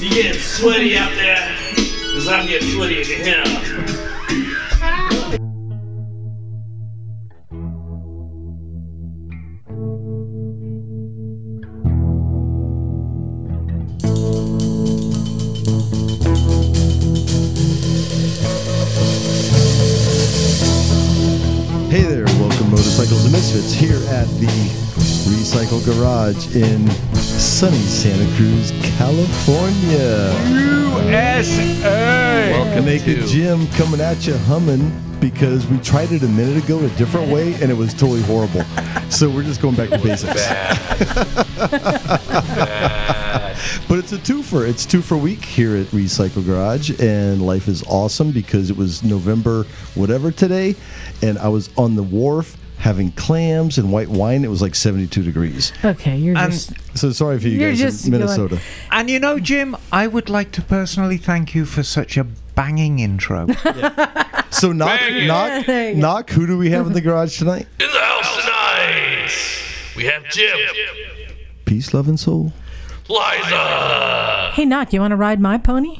You getting sweaty out there? Because I'm getting sweaty in here. Hey there, welcome Motorcycles and Misfits here at the Recycle Garage in sunny Santa Cruz, California. USA. Welcome Naked to Jim coming at you humming because we tried it a minute ago a different way and it was totally horrible. So we're just going back to basics. But it's a twofer. It's two for week here at Recycle Garage, and life is awesome because it was November whatever today, and I was on the wharf having clams and white wine. It was like 72 degrees. Okay, you're And- just So sorry for you You're guys just in going- Minnesota. And you know, Jim, I would like to personally thank you for such a banging intro. So knock, Bang it. knock, There you go. knock. Who do we have in the garage tonight? In the house tonight, we have Jim, Peace, love, and soul. Liza. hey, knock. You want to ride my pony?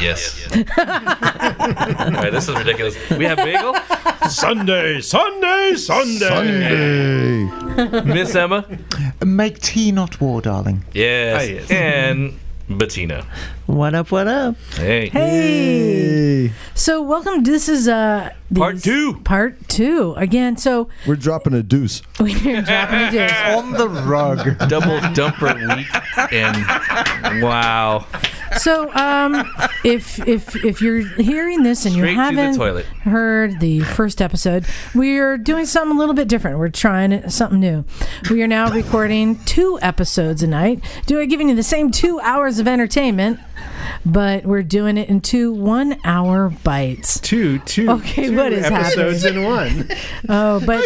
yes. All right, this is ridiculous. We have Bagel, Sunday, Sunday, Sunday. Sunday. Miss Emma, Make tea, not war, darling. yes, Ah, yes. and Bettina. What up? What up? Hey, Hey. Hey. So welcome. This is uh these- Part two. Part two again. So We're dropping a deuce. we're dropping a deuce. On the rug. double dumper week, and wow, So um, if if if you're hearing this and you Straight to the haven't toilet. heard the first episode, we're doing something a little bit different. We're trying it- something new. We are now recording two episodes a night, doing giving you the same two hours of entertainment, but we're doing it in two one hour bites. Two, two, Okay, two what is episodes in one. Oh, but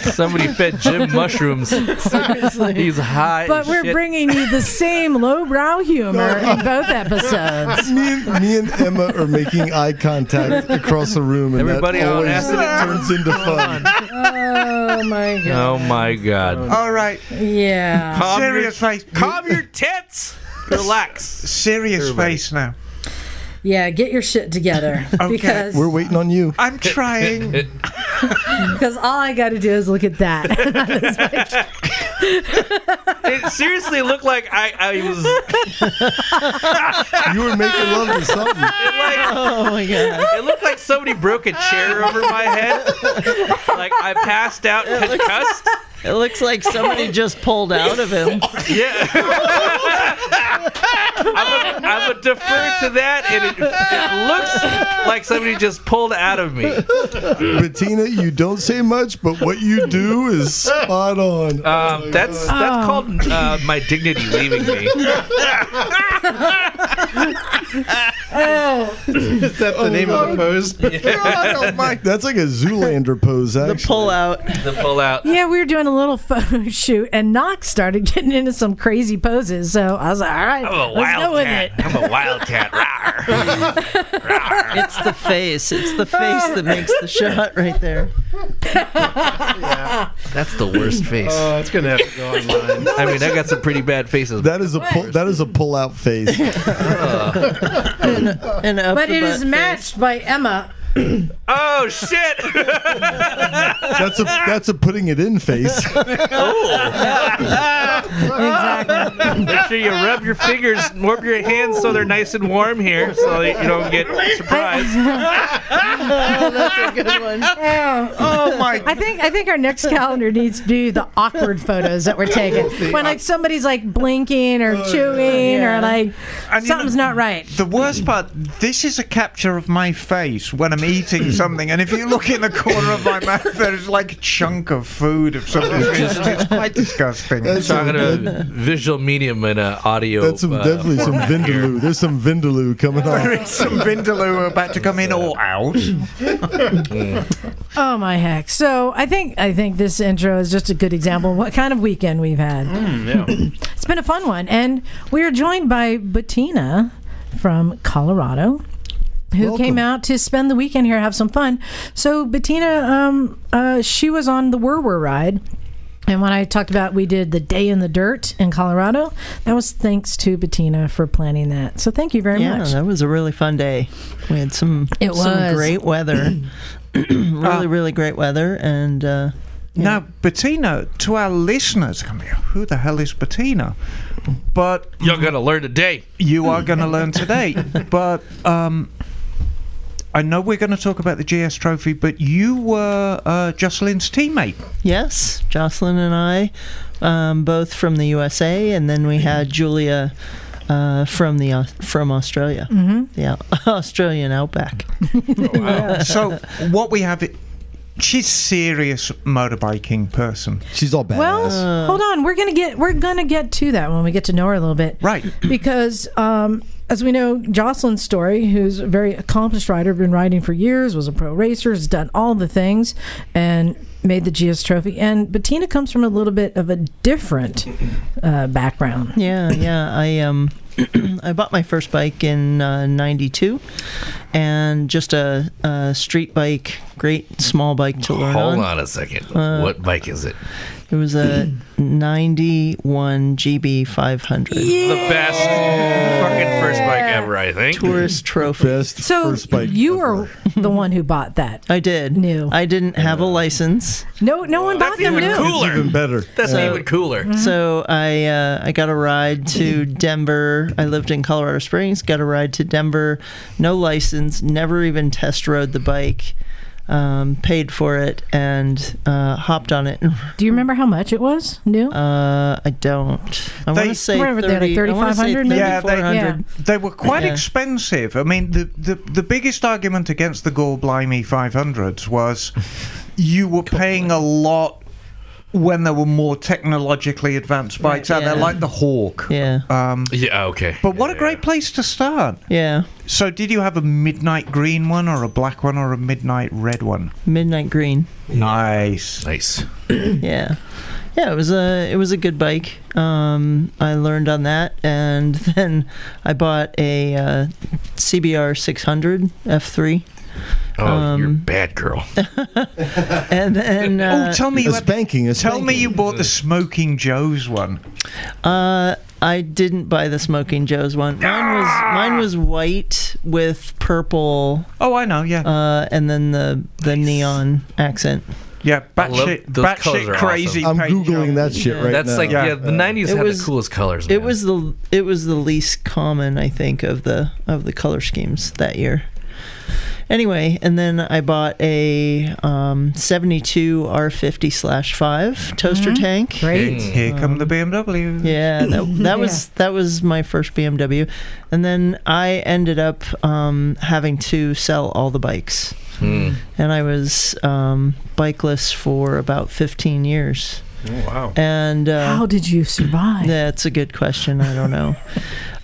somebody fed Jim mushrooms. He's high. but as we're shit. bringing you the same lowbrow humor in both episodes. Me and, me and Emma are making eye contact across the room, and Everybody that on always acid and- turns into fun. Oh my god! Oh my god. All right. Yeah. Calm your- serious face. calm your tits. Relax. Serious face now. Yeah, get your shit together because We're waiting on you. I'm trying. because all I got to do is look at that. It seriously looked like I, I was You were making love to something. It looked like somebody broke a chair over my head. Like I passed out concussed. It looks like somebody just pulled out of him. Yeah. I'm going to defer to that. And it, it looks like somebody just pulled out of me. Bettina, you don't say much, but what you do is spot on. Um, that's that's Oh. called uh, my dignity leaving me. Oh. Is that the name Oh of the pose? That's like a Zoolander pose, The actually. pull out. The pull out. yeah, we were doing a little photo shoot, and Knox started getting into some crazy poses. So I was like, "All right, I'm a let's go with it." wildcat. I'm a wildcat. Rawr. It's the face. It's the face that makes the shot right there. That's the worst face. Oh, it's gonna have to go online. I mean, I got some pretty bad faces. That is a pull, that is a pull out face. And up But the it butt is face. matched by Emma. oh shit! That's a that's a putting it in face. Exactly. Make sure you rub your fingers, warm your hands so they're nice and warm here, so that you don't get surprised. oh my I think I think our next calendar needs to be the awkward photos that we're taking when like somebody's like blinking or Oh, chewing or like And you know- something's not right. The worst part, this is a capture of my face when I'm eating something, and if you look in the corner of my mouth, there's like a chunk of food of something. It's, it's quite disgusting. That's some, Talking that- to a visual medium and an audio. that's some, uh, definitely some vindaloo. There's some vindaloo coming There on. is some vindaloo about to come in or out. Oh my heck! So I think I think this intro is just a good example of what kind of weekend we've had. it's been a fun one, and we are joined by Bettina from Colorado, who Welcome. came out to spend the weekend here, have some fun. So Bettina, um, uh, she was on the Werwer ride. And when I talked about we did the day in the dirt in Colorado, that was thanks to Bettina for planning that. So thank you very Yeah, much. that was a really fun day. We had some It some was. great weather, really really great weather, and uh, Now, Bettina, to our listeners, I mean, who the hell is Bettina? But You're gonna learn today. you are going to learn today. But um, I know we're going to talk about the GS Trophy, but you were uh, Jocelyn's teammate. yes, Jocelyn and I, um, both from the USA, and then we had Julia. Uh, from the Aus- from Australia, mm-hmm. yeah, Australian outback. so what we have, i- she's serious motorbiking person, She's all badass. well, hold on. We're gonna get we're gonna get to that when we get to know her a little bit. right? because um, as we know, Jocelyn's story, who's a very accomplished rider, been riding for years, was a pro racer, has done all the things, and made the GS Trophy. And Bettina comes from a little bit of a different uh, background. Yeah, yeah. I um, I bought my first bike in uh, '92, and just a, a street bike, great small bike to learn Hold on. on a second. Uh, what bike is it? It was a 91 GB 500 The best fucking first bike ever, I think. tourist trophy. Best So first bike you ever. were the one who bought that. I did. New. I didn't have a license, No, no one bought That's them even new. cooler. even better. Uh, That's even cooler. Mm-hmm. so I uh, I got a ride to Denver. I lived in Colorado Springs. Got a ride to Denver, no license, never even test rode the bike. Um, paid for it and uh, hopped on it. Do you remember how much it was? New. Uh, I don't. I They- want to say Whatever they're like, 30 I wanna say 3,500 maybe? Yeah, they- 3,400. They were quite Yeah. expensive. I mean, the, the, the biggest argument against the Gore Blimey 500s was you were paying a lot when there were more technologically advanced bikes out there, yeah. like the Hawk. Yeah. Um, Yeah, okay. but what a great place to start. yeah. So, did you have a midnight green one, or a black one, or a midnight red one? Midnight Green. Nice. Nice. yeah yeah it was a it was a good bike um, i learned on that and then i bought a uh, cbr 600 f3 Oh, you're a Um, bad girl. and then oh, uh, tell me A you had, spanking. A tell me spanking. you bought the Smoking Joe's one. uh, i didn't buy the smoking joe's one mine was Ah! mine was white with purple Oh, I know. Yeah, uh, and then the the neon accent yeah. love- Batshit, those colours batshit are crazy. I'm paint googling job. that shit right That's now. Uh, like, Yeah. yeah, the 90s It had was- the coolest colors. it man. was the it was the least common I think of the of the color schemes that year. Anyway, and then I bought a um, 72 R50 slash five toaster tank. Mm-hmm. Great. Mm. Here come the BMW. Um, Yeah, that, that was that was my first BMW, and then I ended up um, having to sell all the bikes, Mm. and I was um, bikeless for about 15 years. wow. And uh, How did you survive? That's a good question. I don't know.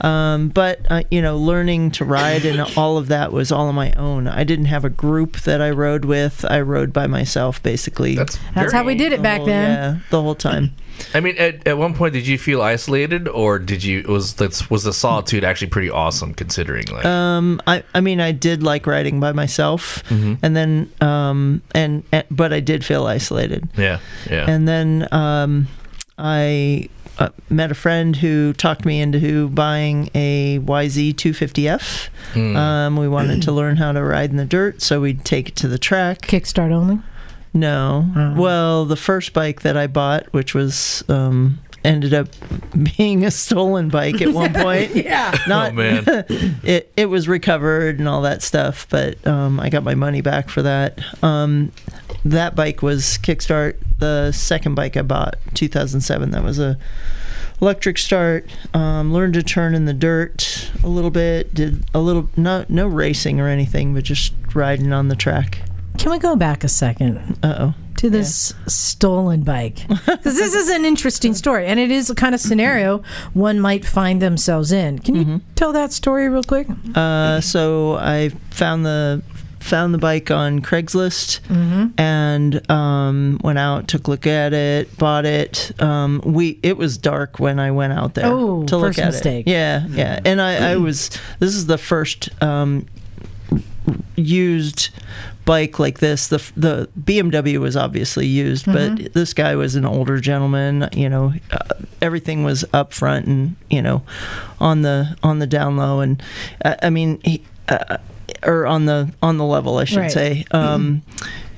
um, but, uh, you know, learning to ride and all of that was all on my own. I didn't have a group that I rode with. I rode by myself, basically. That's, That's very- how we did it the back whole- then. Yeah, the whole time. I mean, at, at one point, did you feel isolated, or did you was that's was the solitude actually pretty awesome considering like Um, I, I mean, I did like riding by myself. Mm-hmm. And then, um, and, and, but I did feel isolated. yeah yeah And then um, I uh, met a friend who talked me into buying a YZ250F. Mm. Hmm. Um, we wanted to learn how to ride in the dirt, so we'd take it to the track. Kickstart only. No. Well, the first bike that I bought, which was. Um, Ended up being a stolen bike at one point. yeah, oh not man it. It was recovered and all that stuff, but um, I got my money back for that. Um, that bike was kickstart the second bike i bought 2007 that was a electric start um, learned to turn in the dirt a little bit did a little no no racing or anything but just riding on the track Can we go back a second? uh-oh to this stolen bike because this is an interesting story and it is a kind of scenario one might find themselves in can you tell that story real quick Uh, so I found the found the bike on Craigslist Mm-hmm. and um, went out, took a look at it, bought it. Um, we it was dark when I went out there Oh, to look first Mm-hmm. at mistake. it. Yeah, yeah. And I, I was this is the first um, used bike like this. The the BMW was obviously used, but this guy was an older gentleman. You know, uh, everything was up front and you know, on the on the down low, and uh, I mean, he, uh, or on the on the level, I should Right. say. Um,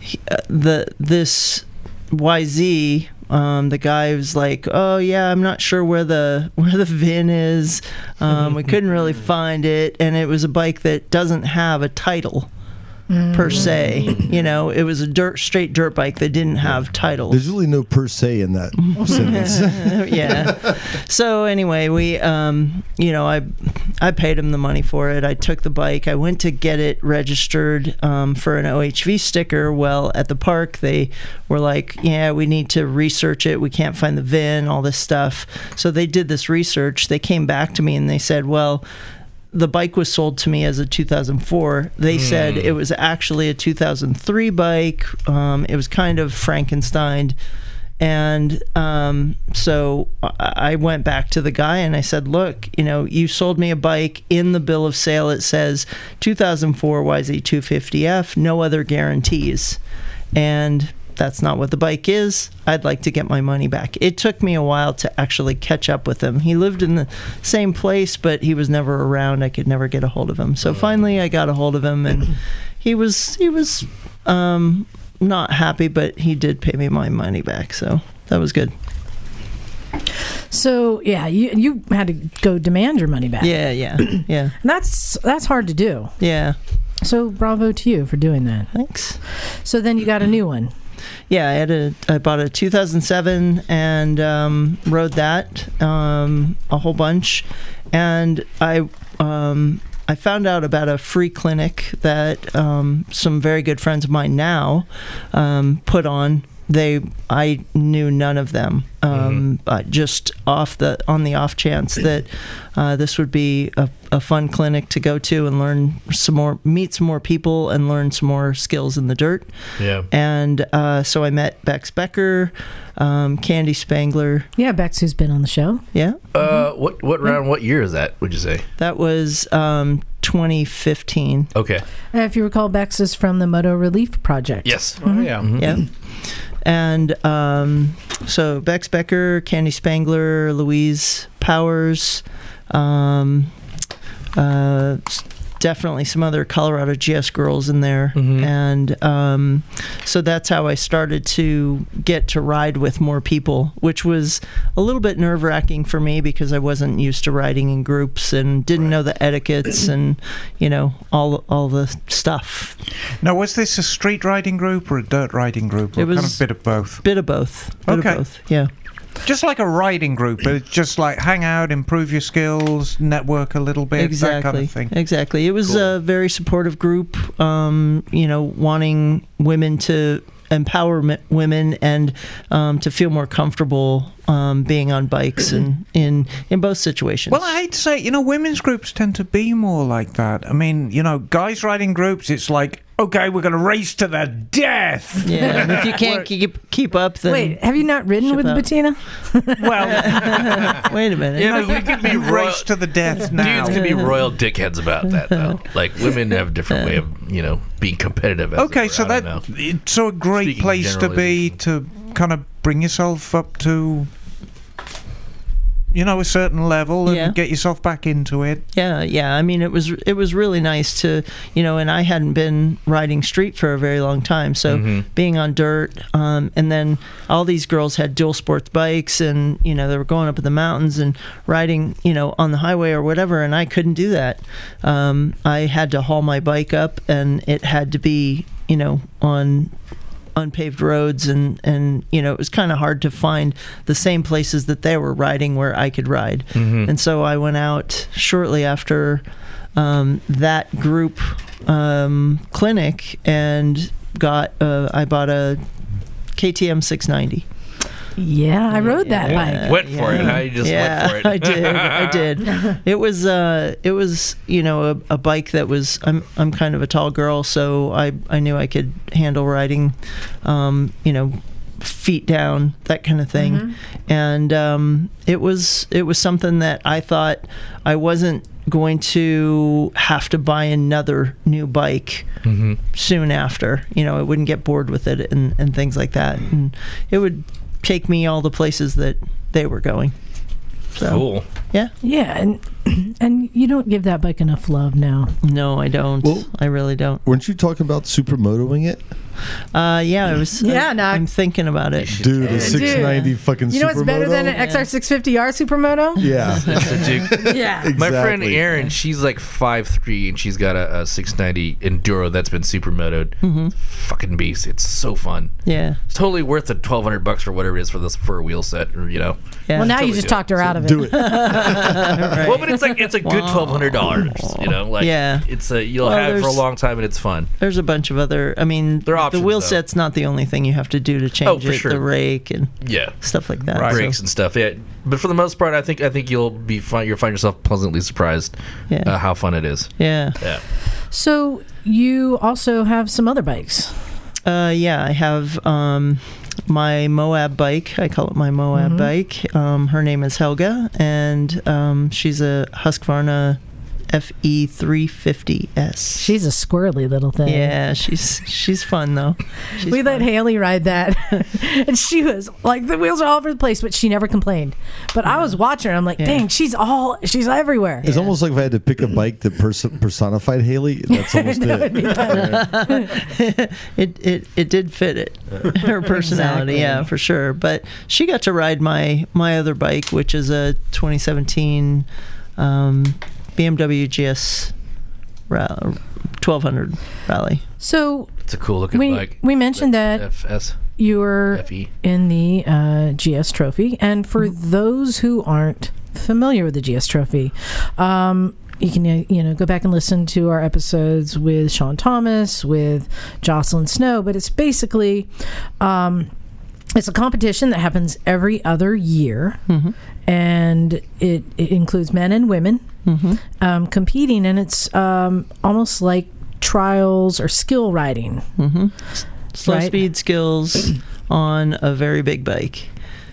he- uh, the this YZ. Um, the guy was like, "Oh yeah, I'm not sure where the where the VIN is. Um, we couldn't really find it, and it was a bike that doesn't have a title per se. You know, it was a dirt straight dirt bike that didn't have titles. There's really no per se in that sentence. yeah. So anyway, we, um, you know, I, I paid him the money for it. I took the bike. I went to get it registered um, for an OHV sticker. Well, at the park, they were like, "Yeah, we need to research it. We can't find the VIN. All this stuff." So they did this research. They came back to me and they said, "Well." The bike was sold to me as a 2004. They said it was actually a 2003 bike. Um, it was kind of Frankenstein and um, so I- I went back to the guy and I said, "Look, you know, you sold me a bike. In the bill of sale, it says 2004 YZ250F. No other guarantees." And that's not what the bike is. I'd like to get my money back. It took me a while to actually catch up with him. He lived in the same place, but he was never around. I could never get a hold of him. So finally, I got a hold of him, and he was he was um, not happy, but he did pay me my money back, so that was good. So yeah, you you had to go demand your money back. Yeah, yeah, yeah, And that's that's hard to do. yeah. So bravo to you for doing that. Thanks. So then you got a new one. Yeah, I had a I bought a 2007 and um, rode that um, a whole bunch, and I um, I found out about a free clinic that um, some very good friends of mine now um, put on. They I knew none of them. Um, uh, just off the on the off chance that uh, this would be a, a fun clinic to go to and learn some more, meet some more people, and learn some more skills in the dirt. Yeah. And uh, so I met Bex Becker, um, Candy Spangler. Yeah, Bex, who's been on the show. Yeah, Uh, what what round? What year is that? Would you say? that was um, 2015. Okay. Uh, If you recall, Bex is from the Moto Relief Project. Yes. Mm-hmm. Oh, yeah. Yeah. And um, so Bex Becker, Candy Spangler, Louise Powers, um, uh, s- definitely some other Colorado GS girls in there. And um, so that's how I started to get to ride with more people, which was a little bit nerve wracking for me because I wasn't used to riding in groups and didn't know the etiquettes and, you know, all, all the stuff. Now, was this a street riding group or a dirt riding group? Or It kind was- of a bit of both. Bit of both. Bit Okay. of both. Yeah. Just like a riding group, but it's just like hang out, improve your skills, network a little bit, exactly that kind of thing. exactly it was a very supportive group um, you know wanting women to empower m- women and um, to feel more comfortable um, being on bikes and in in both situations Well, I'd say, you know, women's groups tend to be more like that. I mean, you know, guys riding groups, it's like, okay, we're going to race to the death. yeah and if you can't keep, keep up then Wait, have you not ridden Ship with out. Bettina? Well, wait a minute Yeah, we could be you royal, race to the death now. dudes could be royal dickheads about that though. Like women have a different way of you know being competitive. As it Okay, were. so I don't that know. it- so a great Speaking place to be to kind of bring yourself up to you know a certain level and Yeah. get yourself back into it. Yeah, yeah. I mean, it was it was really nice to you know, and I hadn't been riding street for a very long time, so being on dirt, um, and then all these girls had dual sports bikes, and you know they were going up in the mountains and riding you know on the highway or whatever, and I couldn't do that. Um, I had to haul my bike up, and it had to be you know on unpaved roads and and you know it was kind of hard to find the same places that they were riding where I could ride Hmm. and so I went out shortly after um, that group um, clinic and got uh, I bought a KTM 690 Yeah, I rode that bike. Went for it, huh? You just went yeah, for it. I did. I did. It was uh, it was you know a, a bike that was. I'm I'm kind of a tall girl, so I I knew I could handle riding, um, you know, feet down that kind of Mm-hmm. thing, and um, it was it was something that I thought I wasn't going to have to buy another new bike Mm-hmm. soon after. You know, it wouldn't get bored with it and, and things like that. And it would take me all the places that they were going. So, Cool. Yeah. Yeah, and and you don't give that bike enough love now. No, I don't. Well- I really don't. Weren't you talking about supermotoing it? Uh, yeah, I was. Yeah, I, no. I'm thinking about it. Dude, a 690 fucking You know what's better than supermoto? an XR650R supermoto? Yeah. Duke. Yeah. exactly. My friend Erin, she's like five three, and she's got a, a 690 Enduro that's been supermotoed. Mm-hmm. Fucking beast. It's so fun. Yeah. It's totally worth the 1200 bucks or whatever it is for this for a wheel set, or, you know. Yeah. Well, now you Totally just do it. talked her out of it. Do it. Right. Well, but it's like it's a good $1200, you know? Like Yeah. it's a you'll Well, have it for a there's- long time and it's fun. There's a bunch of other. I mean, There are options, the wheel though. Oh, set's not the only thing you have to do to change for it. sure. The rake and Yeah. stuff like that. so- breaks and stuff. Yeah, but for the most part, I think I think you'll be fine. You'll find yourself pleasantly surprised Yeah. uh, how fun it is. yeah. Yeah, So you also have some other bikes. Uh, yeah, I have um, my Moab bike. I call it my Moab bike. Um, her name is Helga, and um, she's a Husqvarna E FE350S. She's a squirrely little thing. yeah, she's she's fun though. She's We let fun. Haley ride that, and she was like, the wheels are all over the place, but she never complained. But I was watching, her, I'm like, Yeah. dang, she's all, she's everywhere. It's almost like if I had to pick a bike that pers- personified Haley, that's almost That it. would be better. it, it it did fit it her personality yeah for sure but she got to ride my my other bike which is a 2017 um, BMW GS ra- 1200 rally So it's a cool looking we bike. we mentioned that FS you were FE. in the uh, GS Trophy, and for those who aren't familiar with the GS Trophy, um, you can uh, you know go back and listen to our episodes with Sean Thomas, with Jocelyn Snow, but it's basically. Um, it's a competition that happens every other year, and it, it includes men and women um, competing, and it's um, almost like trials or skill riding. slow Right. speed skills on a very big bike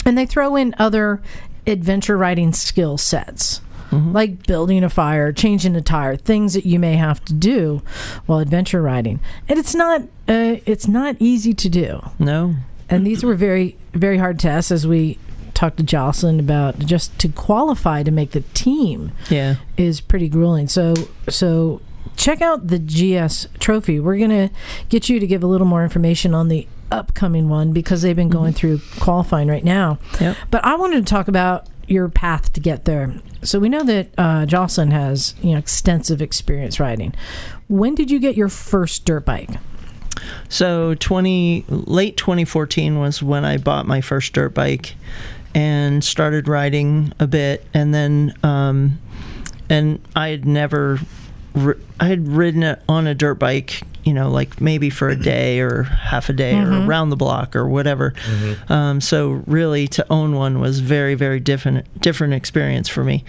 And they throw in other adventure riding skill sets. Like building a fire, changing a tire, things that you may have to do while adventure riding, and it's not uh, it's not easy to do. no And these were very very hard tests, as we talked to Jocelyn about. Just to qualify to make the team yeah is pretty grueling. So so check out the GS trophy. We're gonna get you to give a little more information on the upcoming one because they've been going through qualifying right now. Yep. But I wanted to talk about your path to get there. So we know that uh, Jocelyn has you know extensive experience riding. When did you get your first dirt bike? So twenty late twenty fourteen was when I bought my first dirt bike and started riding a bit, and then um, and I had never ri- I had ridden it on a dirt bike, you know, like maybe for a day or half a day or around the block or whatever. Um, so really, to own one was very very different different experience for me,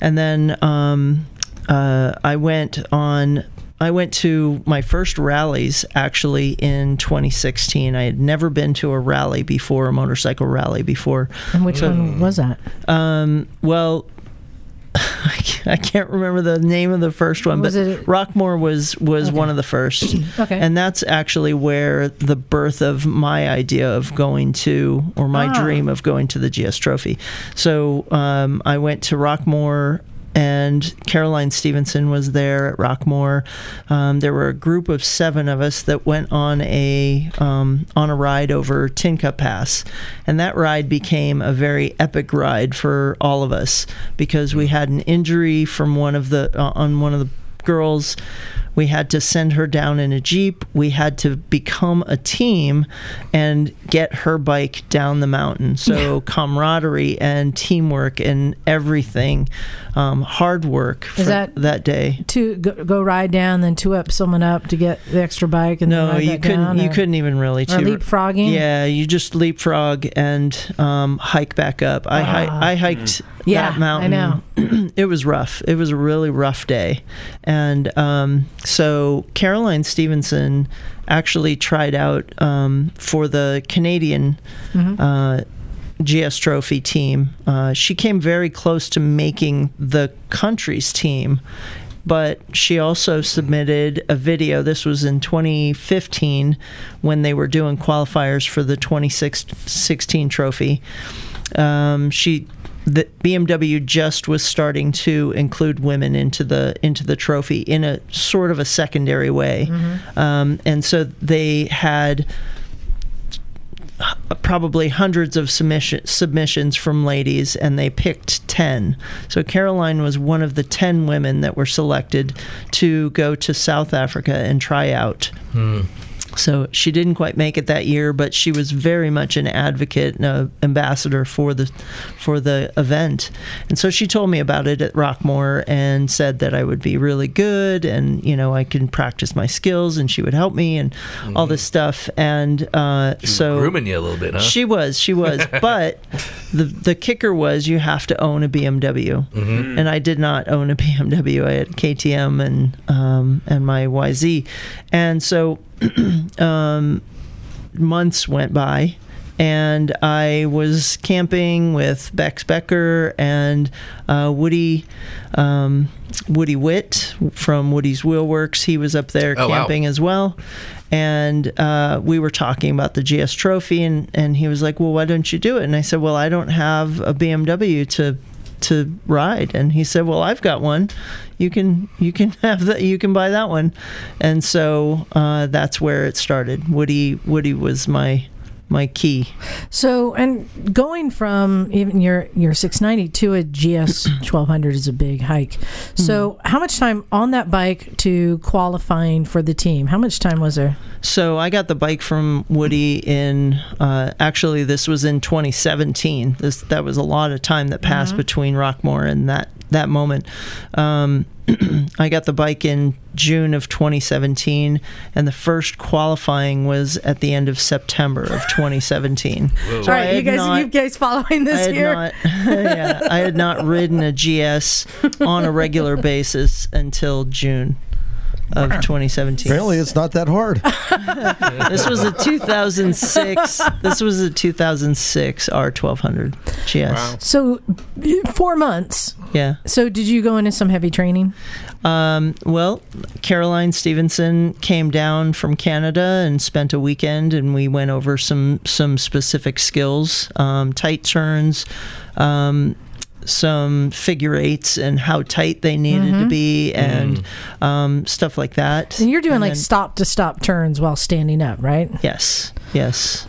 and then. Um, uh, I went on. I went to my first rallies actually in 2016. I had never been to a rally before, a motorcycle rally before. And which Hmm. one was that? Um, well, I can't- I can't remember the name of the first one, Was but it- Rockmore was was one of the first. Okay. and that's actually where the birth of my idea of going to, or my Ah. dream of going to the GS Trophy. So um, I went to Rockmore. And Caroline Stevenson was there at Rockmore. Um, there were a group of seven of us that went on a um, on a ride over Tinka Pass, and that ride became a very epic ride for all of us because we had an injury from one of the uh, on one of the girls. We had to send her down in a Jeep. We had to become a team and get her bike down the mountain. So, camaraderie and teamwork and everything, um, hard work for that- day. Two go, go ride down, then two up someone up to get the extra bike, and then No, ride you that couldn't. down, you or- couldn't even really. or too- leapfrogging? Yeah, you just leapfrog and um, hike back up. I Ah. hi- I hiked Yeah, I that mountain. know. it was rough. It was a really rough day, and um, so Caroline Stevenson Mm-hmm. actually tried out um, for the Canadian. Uh, GS Trophy team. Uh, she came very close to making the country's team, but she also submitted a video. This was in 2015 when they were doing qualifiers for the 2016 trophy. Um, she the BMW just was starting to include women into the into the trophy in a sort of a secondary way, um, and so they had probably hundreds of submission, submissions from ladies, and they picked 10. So Caroline was one of the 10 women that were selected to go to South Africa and try out. So she didn't quite make it that year, but she was very much an advocate and a ambassador for the for the event. And so she told me about it at Rockmore and said that I would be really good and you know I can practice my skills and she would help me and all this stuff. And uh, so grooming you a little bit, huh? she was, she was. but the the kicker was you have to own a BMW, Mm-hmm. and I did not own a BMW. I had KTM and um, and my YZ, and so um, months went by and I was camping with Bex Becker and uh, Woody um, Woody Witt from Woody's Wheelworks. He was up there Oh, wow. camping as well. And uh, we were talking about the GS Trophy, and, and he was like, Well, why don't you do it? And I said, Well, I don't have a BMW to to ride and he said well i've got one you can you can have that you can buy that one and so uh, that's where it started woody woody was my my key So, and going from even your your 690 to a GS 1200 is a big hike. So, how much time on that bike to qualifying for the team? How much time was there? So I got the bike from Woody in uh, actually this was in 2017. This that was a lot of time that passed between Rockmore and that that moment. Um, I got the bike in June of 2017, and the first qualifying was at the end of September of 2017. All I right, you had guys, not- you guys following I this had here? not, yeah, I had not ridden a GS on a regular basis until June of 2017 Apparently, it's not that hard. this was a 2006 this was a 2006 r1200 gs So, four months. yeah So, did you go into some heavy training? um, well caroline stevenson came down from canada and spent a weekend and we went over some some specific skills um, tight turns um, some figure eights and how tight they needed to be and um, stuff like that Mm-hmm. And you're doing like then- stop to stop turns while standing up, right? yes yes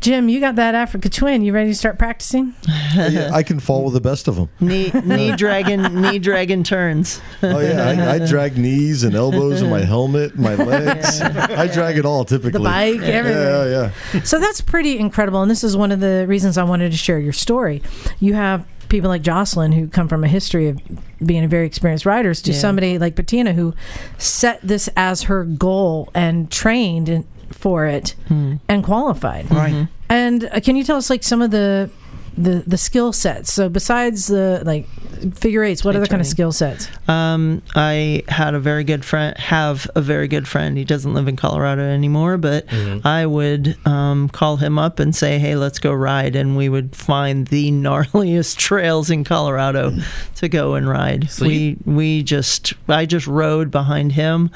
Jim, you got that Africa twin. You ready to start practicing? Yeah, I can fall with the best of them. knee knee dragon knee dragon turns Oh yeah, I, I drag knees and elbows and my helmet, my legs. I drag it all typically. The bike, everything. Yeah, yeah. So that's pretty incredible. And this is one of the reasons I wanted to share your story. You have people like Jocelyn who come from a history of being a very experienced riders to Yeah. somebody like Bettina who set this as her goal and trained in, for it and qualified. Right. And uh, can you tell us like some of the the, the skill sets. So besides the like figure eights, what other kind of turning. skill sets? Um, I had a very good friend, have a very good friend. He doesn't live in Colorado anymore, but I would um, call him up and say, hey, let's go ride. And we would find the gnarliest trails in Colorado to go and ride. So we, we just, I just rode behind him.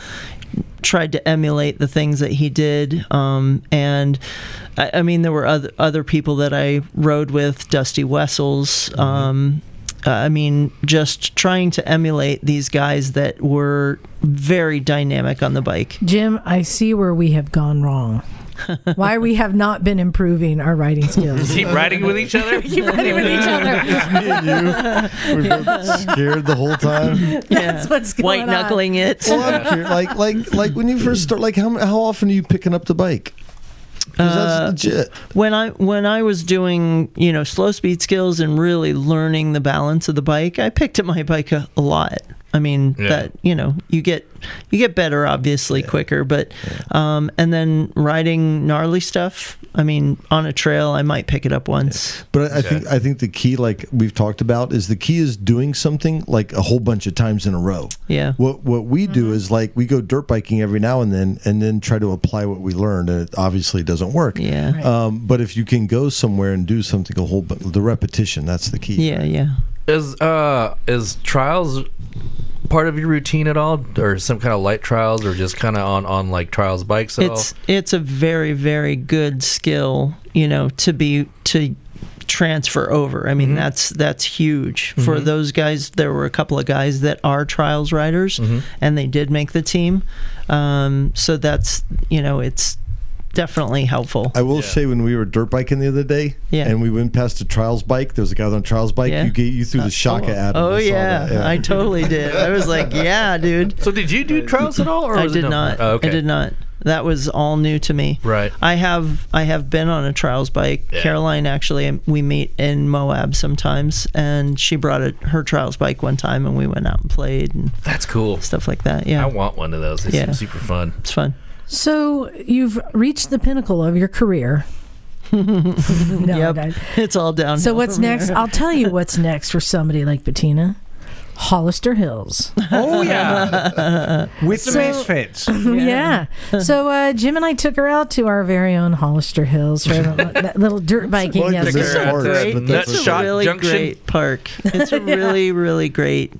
Tried to emulate the things that he did, um, and I, I mean there were other other people that I rode with, Dusty Wessels, um, uh, I mean, just trying to emulate these guys that were very dynamic on the bike. Jim, I see where we have gone wrong. Why we have not been improving our riding skills. Keep riding with each other. you riding with each other. Me and you, we are both scared the whole time. That's what's going White on. knuckling it. Well, I'm curious, like, like, like when you first start, like, how how often are you picking up the bike? 'Cause Uh, that's legit. when I when I was doing you know slow speed skills and really learning the balance of the bike, I picked up my bike a, a lot I mean Yeah. that you know you get you get better obviously quicker, but um, and then riding gnarly stuff. I mean on a trail I might pick it up once. But I, I think I think the key, like we've talked about, is the key is doing something like a whole bunch of times in a row. Yeah. What what we Mm-hmm. do is like we go dirt biking every now and then, and then try to apply what we learned, and it obviously doesn't work. Yeah. Right. Um, but if you can go somewhere and do something a whole, bu- the repetition that's the key. Yeah, yeah. Is uh is trials part of your routine at all, or some kind of light trials, or just kind of on on like trials bikes? At it's it's a very very good skill you know to be to transfer over i mean Mm-hmm. that's that's huge for those guys there were a couple of guys that are trials riders Mm-hmm. and they did make the team um, so that's you know it's definitely helpful I will say when we were dirt biking the other day, Yeah. and we went past the trials bike. There was a guy on a trials bike. Yeah. You get you threw the shaka at him. oh I saw yeah, that, i totally did i was like yeah dude all? So did you do trials at all? Or I was it did no- not. Oh, okay. I did not. That was all new to me. Right. I have I have been on a trials bike. Caroline actually we meet in Moab sometimes, and she brought a, her trials bike one time, and we went out and played and That's cool. stuff like that. Yeah, I want one of those. It's Yeah. super fun. it's fun. So you've reached the pinnacle of your career. no, Yep. no. It's all down. So what's next? I'll tell you what's next for somebody like Bettina. Hollister Hills. Oh yeah, with the misfits. yeah. So uh, Jim and I took her out to our very own Hollister Hills for that that little dirt biking Well, yesterday. It's hard, great. but that's It's okay. a really Junction. great park. It's a really really great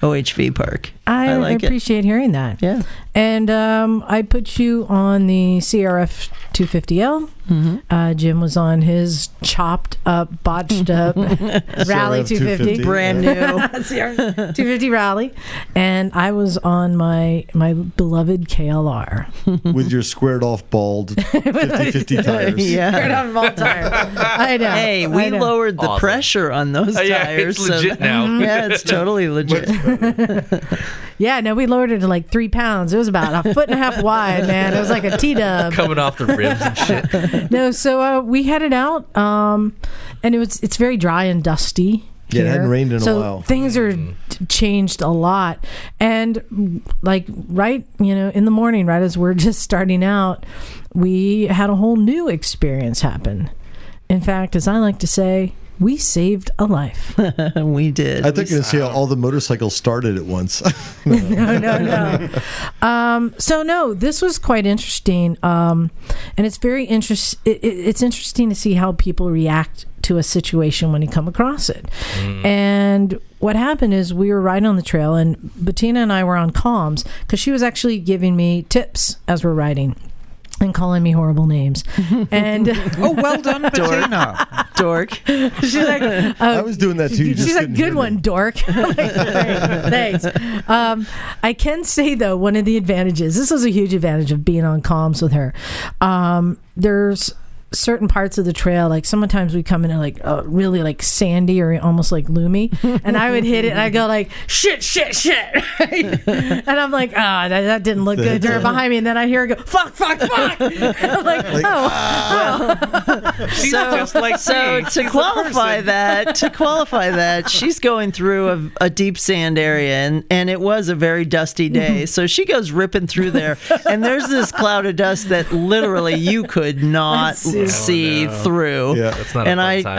OHV park. I, I like it. appreciate hearing that. Yeah. And um, I put you on the CRF 250L. Mm-hmm. Uh, Jim was on his chopped up, botched up Rally CRF 250. 250. Brand new. 250 Rally. And I was on my my beloved KLR. with your squared off bald 50-50 tires. yeah. on malt tire. I know. Hey, we I know. lowered the Awesome. pressure on those Uh, tires. yeah, it's so- legit now. yeah, it's totally legit. Yeah, no, we lowered it to like three pounds. It was about a foot and a half wide, man. It was like a T dub. Coming off the rims and shit. No, so uh, we headed out, um, and it was it's very dry and dusty. Yeah, it here. hadn't rained in a so while. Things are t- changed a lot, and mm, like right, you know, in the morning, right as we're just starting out, we had a whole new experience happen. In fact, as I like to say, we saved a life. we did. I think you're gonna see how all the motorcycles started at once. no, no, no. Um, so no, this was quite interesting, um, and it's very interest. It, it, it's interesting to see how people react to a situation when you come across it. And what happened is we were riding on the trail, and Bettina and I were on comms because she was actually giving me tips as we're riding. And calling me horrible names, and Oh, well done, Bettina. dork. she's like, uh, I was doing that too. You just She's like, couldn't hear good me. one, dork. I'm like, Thanks. thanks. Um, I can say, though, one of the advantages this was a huge advantage of being on comms with her. Um, there's certain parts of the trail, like sometimes we come in at like uh, really like sandy or almost like loomy, and I would hit it and I go like, shit, shit, shit. and I'm like, ah, that, that didn't look good. They're behind me. And then I hear her go, fuck, fuck, fuck. I'm like, oh, ah, She's just like So me. to qualify that, to qualify that, she's going through a, a deep sand area, and, and it was a very dusty day. So she goes ripping through there, and there's this cloud of dust that literally you could not see. see through. Yeah. That's Oh, not a and fun I, time. Mm.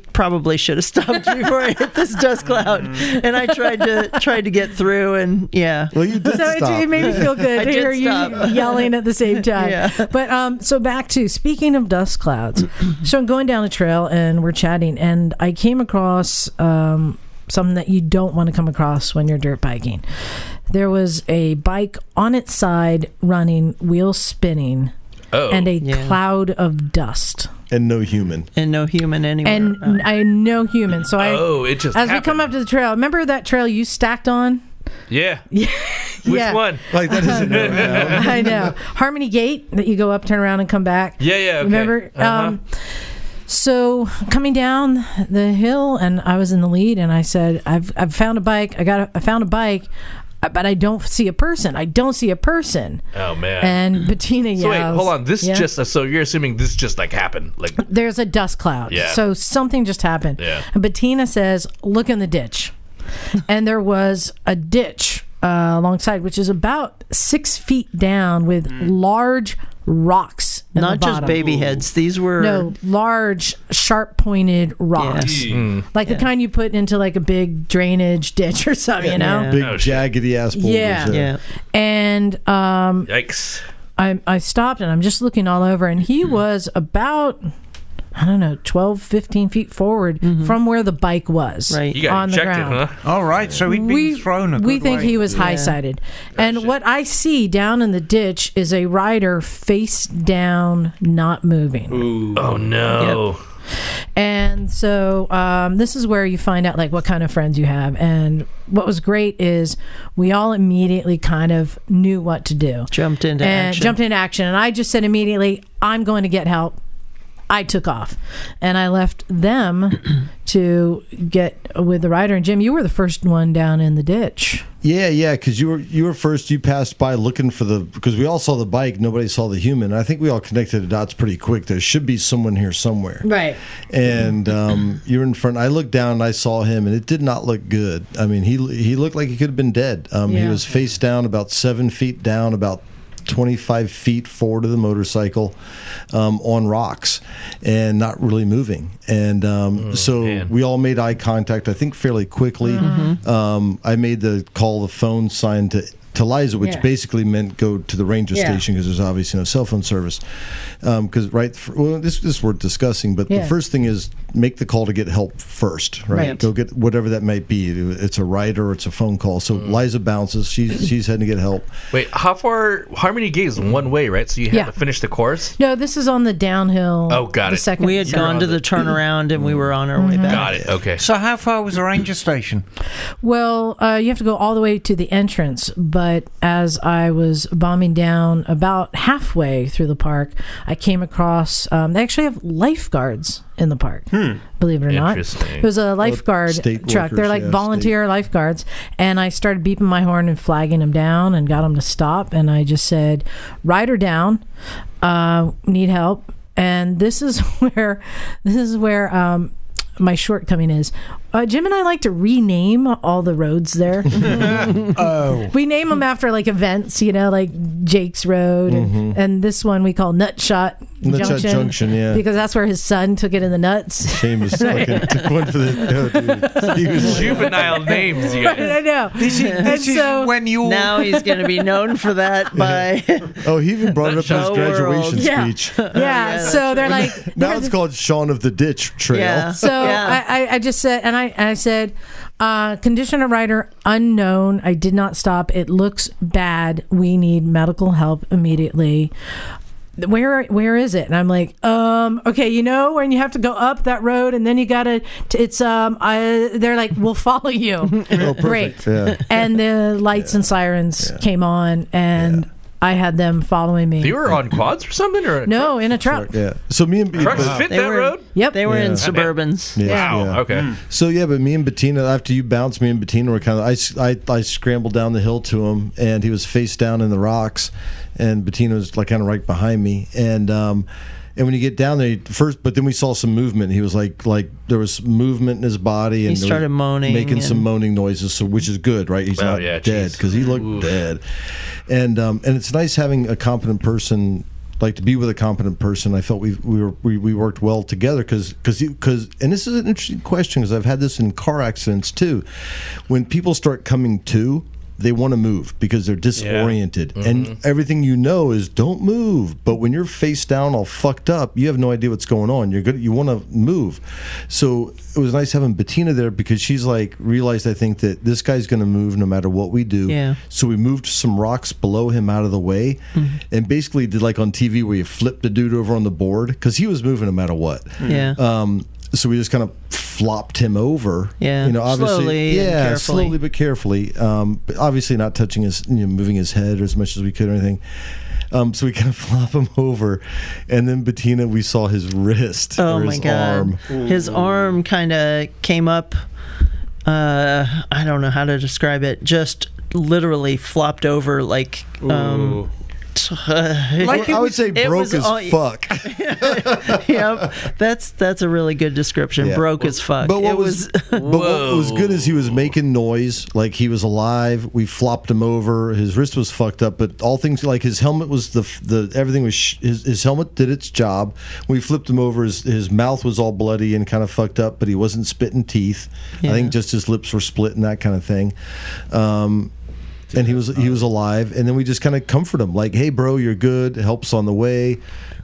I probably should have stopped before I hit this dust cloud. And I tried to tried to get through, and yeah, Well, you did so it, stop. it made me feel good I to did hear you stop. yelling at the same time. Yeah. But um, so back to speaking of dust clouds. so I'm going down a trail and we're chatting, and I came across um, something that you don't want to come across when you're dirt biking. There was a bike on its side running, wheel spinning, Oh, and a Yeah. cloud of dust, and no human. and no human anywhere. and around. I no human. So I. oh, it just As happened. we come up to the trail, remember that trail you stacked on? yeah. Which yeah, one? Like that doesn't know. now. I know Harmony Gate that you go up, turn around, and come back. Yeah, yeah. Okay. Remember? Uh-huh. Um, so coming down the hill, and I was in the lead, and I said, "I've I've found a bike. I got a, I found a bike, uh, but I don't see a person. I don't see a person." oh man. And Bettina yells, so wait, hold on. This Yeah. just so you're assuming this just like happened. Like there's a dust cloud. Yeah. So something just happened. Yeah. And Bettina says, "Look in the ditch." and there was a ditch uh, alongside, which is about six feet down, with Mm. large rocks. in the Not just bottom. baby heads. These were No, large, sharp pointed rocks. Mm. Like the kind you put into like a big drainage ditch or something, you know? Yeah. Big jaggedy ass boulders. Yeah. there. Yeah. And um, Yikes. I, I stopped and I'm just looking all over, and he Hmm. was about, I don't know, 12, 15 feet forward Mm-hmm. from where the bike was. Right. You got on the ejected, ground. huh? All right, so he'd been thrown a good we think way. he was high sided. Oh, And what I see down in the ditch is a rider face down, not moving. Oh no. And so um, this is where you find out like what kind of friends you have. And what was great is we all immediately kind of knew what to do. Jumped into and action. jumped into action. And I just said immediately, I'm going to get help. I took off and I left them to get with the rider. And Jim, you were the first one down in the ditch. Yeah, yeah, because you were you were first. You passed by looking for the because we all saw the bike. Nobody saw the human. I think we all connected the dots pretty quick. There should be someone here somewhere. Right. And um, you're in front. I looked down and I saw him, and it did not look good. I mean, he he looked like he could have been dead. Um, He Yeah. was face down, about seven feet down, about. 25 feet forward of the motorcycle um, on rocks and not really moving. And um, so man. we all made eye contact, I think, fairly quickly. Mm-hmm. Um, I made the call the phone sign to, to Liza, which Yeah. basically meant go to the ranger Yeah. station because there's obviously no cell phone service. Because, right, well, this, this we're discussing, but Yeah. the first thing is make the call to get help first, right? Right. Go get whatever that might be. It's a ride or it's a phone call. So Mm. Liza bounces. She's, she's heading to get help. Wait, how far? How many gigs? One way, right? So you had Yeah. to finish the course. No, this is on the downhill. Oh, got the it. Second we had gone to the turnaround and we were on our way back. Got it. Okay. So how far was the ranger station? Well, uh, you have to go all the way to the entrance, but as I was bombing down about halfway through the park, I came across um, they actually have lifeguards in the park. Believe it or not, Interesting. it was a lifeguard state truck. They're workers, like yeah, volunteer lifeguards, and I started beeping my horn and flagging them down and got them to stop. And I just said, "Ride her down, uh, need help." And this is where this is where um, my shortcoming is. Uh, Jim and I like to rename all the roads there. Oh, we name them after like events, you know, like Jake's Road, and, and this one we call Nutshot Mm-hmm. Nutshot Junction, Junction, yeah. because that's where his son took it in the nuts. Shame is fucking took one for the. Oh, dude. He was Juvenile names, you guys. I know. this is so- when you Now he's going to be known for that by Oh, he even brought it up in his Show graduation world. Yeah. speech. yeah, so they're like Now it's called Shaun of the Ditch Trail. yeah. So yeah. I, I, I just said, and I, I said, uh, condition of rider unknown. I did not stop. It looks bad. We need medical help immediately. Where where is it? And I'm like, um, okay, you know, when you have to go up that road, and then you gotta, t- it's um, I, they're like, we'll follow you. Oh, perfect. Great. Yeah. and the lights and sirens came on, and I had them following me. You were on quads or something, or no, in a truck. Yeah. So me and trucks but- fit They that were- road? Yep. they were in Yeah. Suburbans. Yeah, Wow. Hmm. yeah. Okay. So yeah, but me and Bettina, after you bounced, me and Bettina were kind of. I, s- I, I scrambled down the hill to him, and he was face down in the rocks, and Bettina was like kind of right behind me, and um, and when you get down there he- first, but then we saw some movement. He was like like there was movement in his body, and there was started moaning making some and- moaning noises, so which is good, right? He's Well, not yeah, dead geez. because he looked dead, and um, and it's nice having a competent person like to be with a competent person. I felt we we were, we, we worked well together because because because and this is an interesting question because I've had this in car accidents too. When people start coming to, they want to move because they're disoriented, and everything you know is don't move. But when you're face down, all fucked up, you have no idea what's going on. You're good. You want to move, so it was nice having Bettina there because she's like realized I think that this guy's going to move no matter what we do. Yeah. So we moved some rocks below him out of the way Mm-hmm. and basically did like on TV where you flip the dude over on the board because he was moving no matter what. Yeah. Um, so we just kind of flopped him over. Yeah, You know, obviously. slowly and yeah, carefully. slowly but carefully. Um, but obviously not touching his, you know, moving his head as much as we could or anything. Um, so we kind of flop him over. And then Bettina, we saw his wrist Oh or my his god. arm. His arm kind of came up. Uh, I don't know how to describe it. Just literally flopped over like um, like I would say it broke was as all- fuck. yep, that's that's a really good description. Yeah. Broke as fuck. But what it was, but what was good is he was making noise, like he was alive. We flopped him over. His wrist was fucked up, but all things like his helmet was the the everything was sh- his, his helmet did its job. We flipped him over. His, his mouth was all bloody and kind of fucked up, but he wasn't spitting teeth. I think just his lips were split and that kind of thing. Um, and he was he was alive and then we just kind of comfort him like hey bro you're good help's on the way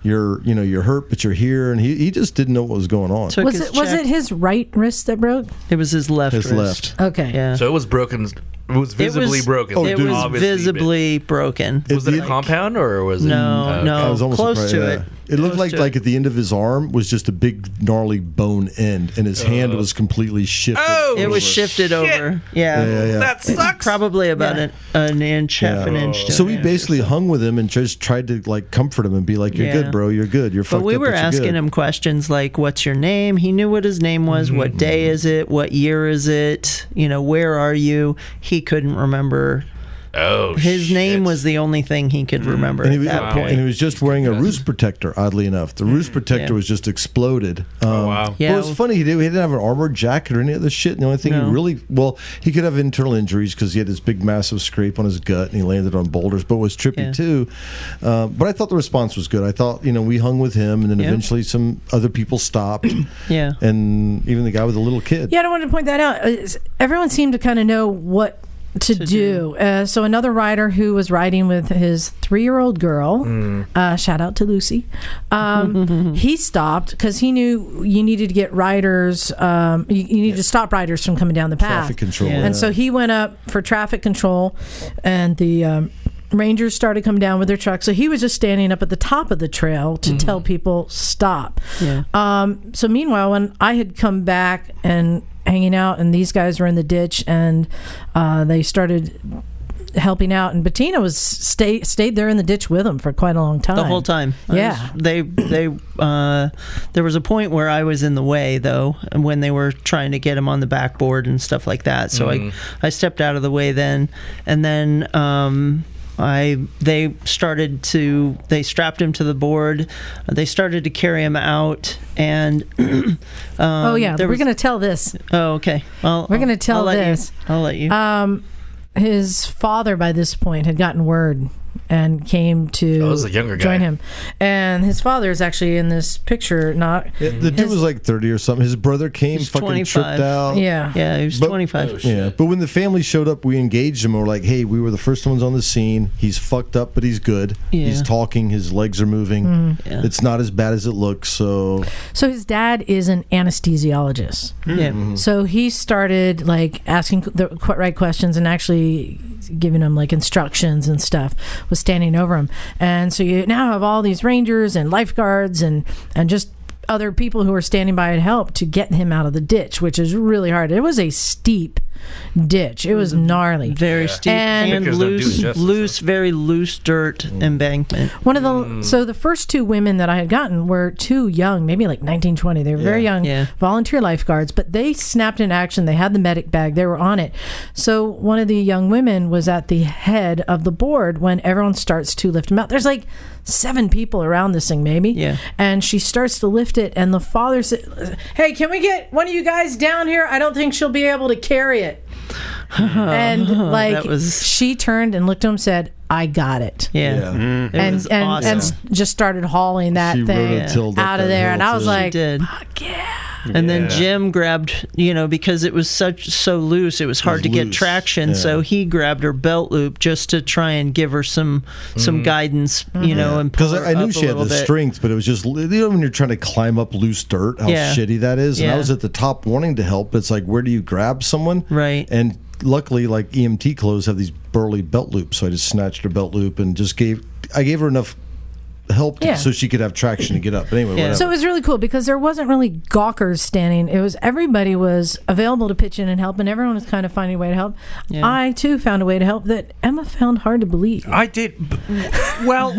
you're you know you're hurt but you're here and he, he just didn't know what was going on took Was his it was check- it his right wrist that broke? It was his left. His wrist. left. Okay. Yeah. So it was broken. It was visibly broken. It Oh, dude. was Obviously, but- visibly broken. Was it a compound or was it? No, okay. no. I Mm, was almost Oh, Close surprised, to yeah. it. It looked Close like to like at the end of his arm was just a big gnarly bone end, and his hand Uh. was completely shifted. Oh! It was Shit. shifted over. Yeah, Yeah. yeah, yeah. That sucks. Probably about an, an inch, half an Yeah. inch. to so an we inch. basically hung with him and just tried to like comfort him and be like, "You're Yeah. good, bro. You're good. You're But fucked we up, were you're asking good." him questions like, "What's your name?" He knew what his name was. Mm-hmm. What day is it? What year is it? You know, where are you? He couldn't remember. Oh, His shit. name was the only thing he could remember Mm. And he, at was, that point. and he was just wearing a roost protector. Oddly enough, the roost protector Yeah. was just exploded. Um, wow. But it Yeah. was funny. He didn't, he didn't have an armored jacket or any other shit. And the only thing No. he really well, he could have internal injuries because he had this big, massive scrape on his gut and he landed on boulders. But it was trippy Yeah. too. Uh, but I thought the response was good. I thought you know we hung with him, and then Yeah. eventually some other people stopped, yeah. and even the guy with the little kid. Yeah, I wanted to point that out. It's- Everyone seemed to kind of know what to, do. Uh, so another rider who was riding with his three-year-old girl, uh, shout out to Lucy, um, he stopped because he knew you needed to get riders. Um, you, you needed to stop riders from coming down the path. Traffic control. Yeah. Yeah. And so he went up for traffic control, and the um, rangers started coming down with their trucks. So he was just standing up at the top of the trail to tell people stop. Yeah. Um, so meanwhile, when I had come back and hanging out, and these guys were in the ditch, and uh, they started helping out, and Bettina was stay, stayed there in the ditch with them for quite a long time. the whole time. I was- Yeah. they they uh, there was a point where I was in the way though when they were trying to get him on the backboard and stuff like that. So Mm. I I stepped out of the way then, and then. Um, I they started to they strapped him to the board. They started to carry him out, and um, oh yeah, there we're was- gonna tell this. Oh okay, well We're gonna I'll- tell I'll let you- this. I'll let you. Um, his father, by this point, had gotten word and came to Oh, this is a younger guy. join him. And his father is actually in this picture, not the dude His- was like thirty or something. His brother came, He's fucking 25. tripped out. yeah. yeah, he was but- Mm-hmm. 25. Yeah, but when the family showed up, we engaged them. and We're like, "Hey, we were the first ones on the scene. He's fucked up, but he's good. Yeah. He's talking. His legs are moving. Yeah. It's not as bad as it looks." So So his dad is an anesthesiologist. yeah. So he started like asking the qu- right questions and actually giving him like instructions and stuff. Was standing over him, and so you now have all these rangers and lifeguards and and just other people who are standing by to help to get him out of the ditch, which is really hard. It was a steep ditch. It was gnarly. very steep And- and, Pictures don't do it loose, justice, loose, very loose dirt Mm. embankment. One of the so the first two women that I had gotten were too young, maybe like 1920. They were very young Yeah. volunteer lifeguards, but they snapped in action. They had the medic bag. They were on it. So one of the young women was at the head of the board when everyone starts to lift him out. There's like seven people around this thing, maybe. Yeah. And she starts to lift it, and the father said, "Hey, can we get one of you guys down here? I don't think she'll be able to carry it." and like was- she turned and looked at him, and said, "I got it." Yeah, Mm. It and was and, awesome. and s- just started hauling that She rode a thing tilt up out of that there, hill and I was too. She like, did. "Fuck yeah!" And then Yeah. Jim grabbed, you know, because it was such so loose, it was hard to get loose, traction. So yeah. he grabbed her belt loop just to try and give her some some guidance, you Mm-hmm. know, and pull because her Mm-hmm. I, I up knew a she had little the bit. strength, but it was just you know when you're trying to climb up loose dirt, how Yeah. shitty that is. And Yeah. I was at the top wanting to help. It's like, where do you grab someone? Right. And luckily, like EMT clothes have these burly belt loops, so I just snatched her belt loop and just gave I gave her enough help Yeah. so she could have traction to get up. But anyway, Yeah. whatever. So it was really cool because there wasn't really gawkers standing. It was everybody was available to pitch in and help, and everyone was kind of finding a way to help. I too found a way to help that Emma found hard to believe. I did. b- Well,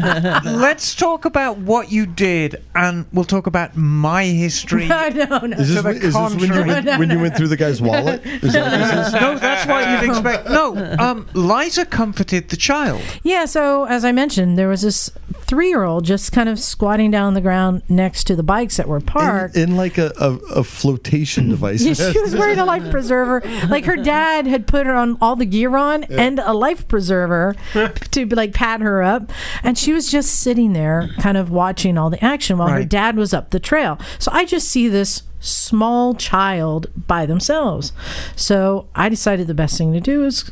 let's talk about what you did, and we'll talk about my history. I know, no. Is this, To the when- is this when, you contrary. went, when you went through the guy's wallet? Is that what this is? no, that's what you'd expect. No, um, Liza comforted the child. Yeah, so as I mentioned, there was this three year old just kind of squatting down on the ground next to the bikes that were in, parked. in like a, a, a flotation device. Yeah, she was wearing a life preserver. Like her dad had put her on all the gear on and a life preserver to like pat her up, and she was just sitting there, kind of watching all the action while her Right. dad was up the trail. So I just see this small child by themselves. So I decided the best thing to do is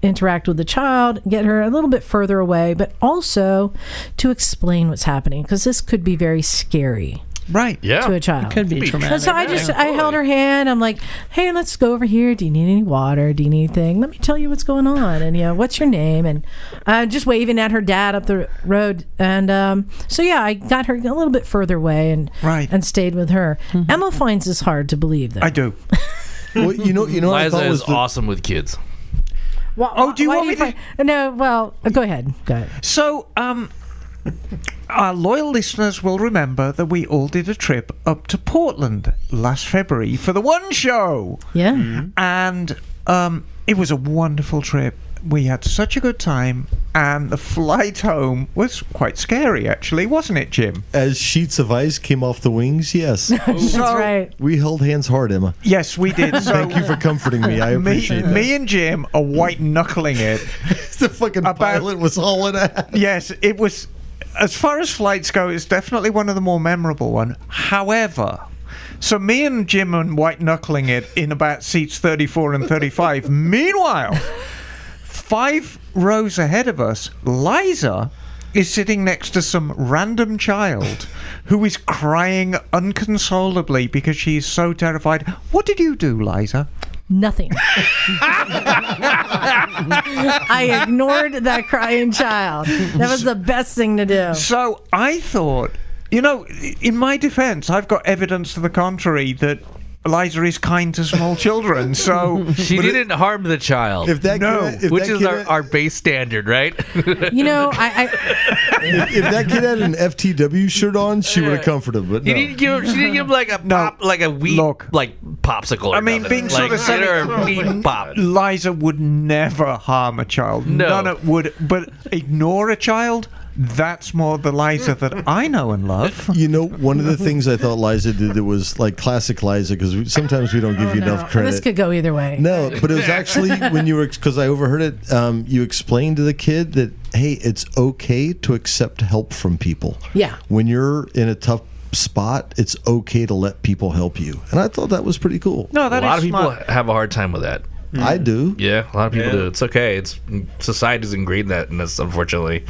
interact with the child, get her a little bit further away, but also to explain what's happening because this could be very scary Right. Yeah. to a child. Could be traumatic. And so I just I held her hand. I'm like, hey, let's go over here. Do you need any water? Do you need anything? Let me tell you what's going on. And you know, what's your name? And uh, just waving at her dad up the road. And um, so yeah, I got her a little bit further away and Right. and stayed with her. Emma finds this hard to believe. Though. I do. well, you know, you know, what I Liza thought is was the, awesome with kids. Wha- Oh, do you why want me to- fi- No. Well, uh, go ahead. Go ahead. So, um, our loyal listeners will remember that we all did a trip up to Portland last February for the One Show. Yeah. Mm. and um, it was a wonderful trip. We had such a good time, and the flight home was quite scary, actually, wasn't it, Jim? as sheets of ice came off the wings. Yes, That's right. we held hands hard, Emma. Yes, we did. So Thank you for comforting me. I me, appreciate that. me and Jim are white knuckling it. the fucking about- pilot was hauling ass. yes, it was. As far as flights go, it's definitely one of the more memorable one. However, so me and Jim and white knuckling it in about seats 34 and 35. Meanwhile, five rows ahead of us, Liza is sitting next to some random child who is crying unconsolably because she is so terrified. What did you do, Liza? Nothing. I ignored that crying child. That was the best thing to do. So I thought, you know, in my defense, I've got evidence to the contrary that Eliza is kind to small children. So She didn't harm the child, If that No, kid, if which that is kid our, had, our base standard, right? You know, I, I if, if that kid had an FTW shirt on, she would have comforted him. But You no. didn't give her, she didn't give him like a No. pop, like a wheat, Look. like popsicle. Or I mean, nothing. being like, sort of get her a semi- wheat pop. Eliza would never harm a child. No. None of would, but ignore a child. That's more the Liza that I know and love. You know, one of the things I thought Liza did that was like classic Liza because sometimes we Oh, don't give you no, enough credit. This could go either way. No, but it was actually when you were because I overheard it. Um, you explained to the kid that hey, it's okay to accept help from people. Yeah. when you're in a tough spot, it's okay to let people help you. And I thought that was pretty cool. No, that a is lot of people smart. have a hard time with that. I do. Yeah, a lot of people Yeah. do. It's okay. It's society's ingrained that in us, unfortunately.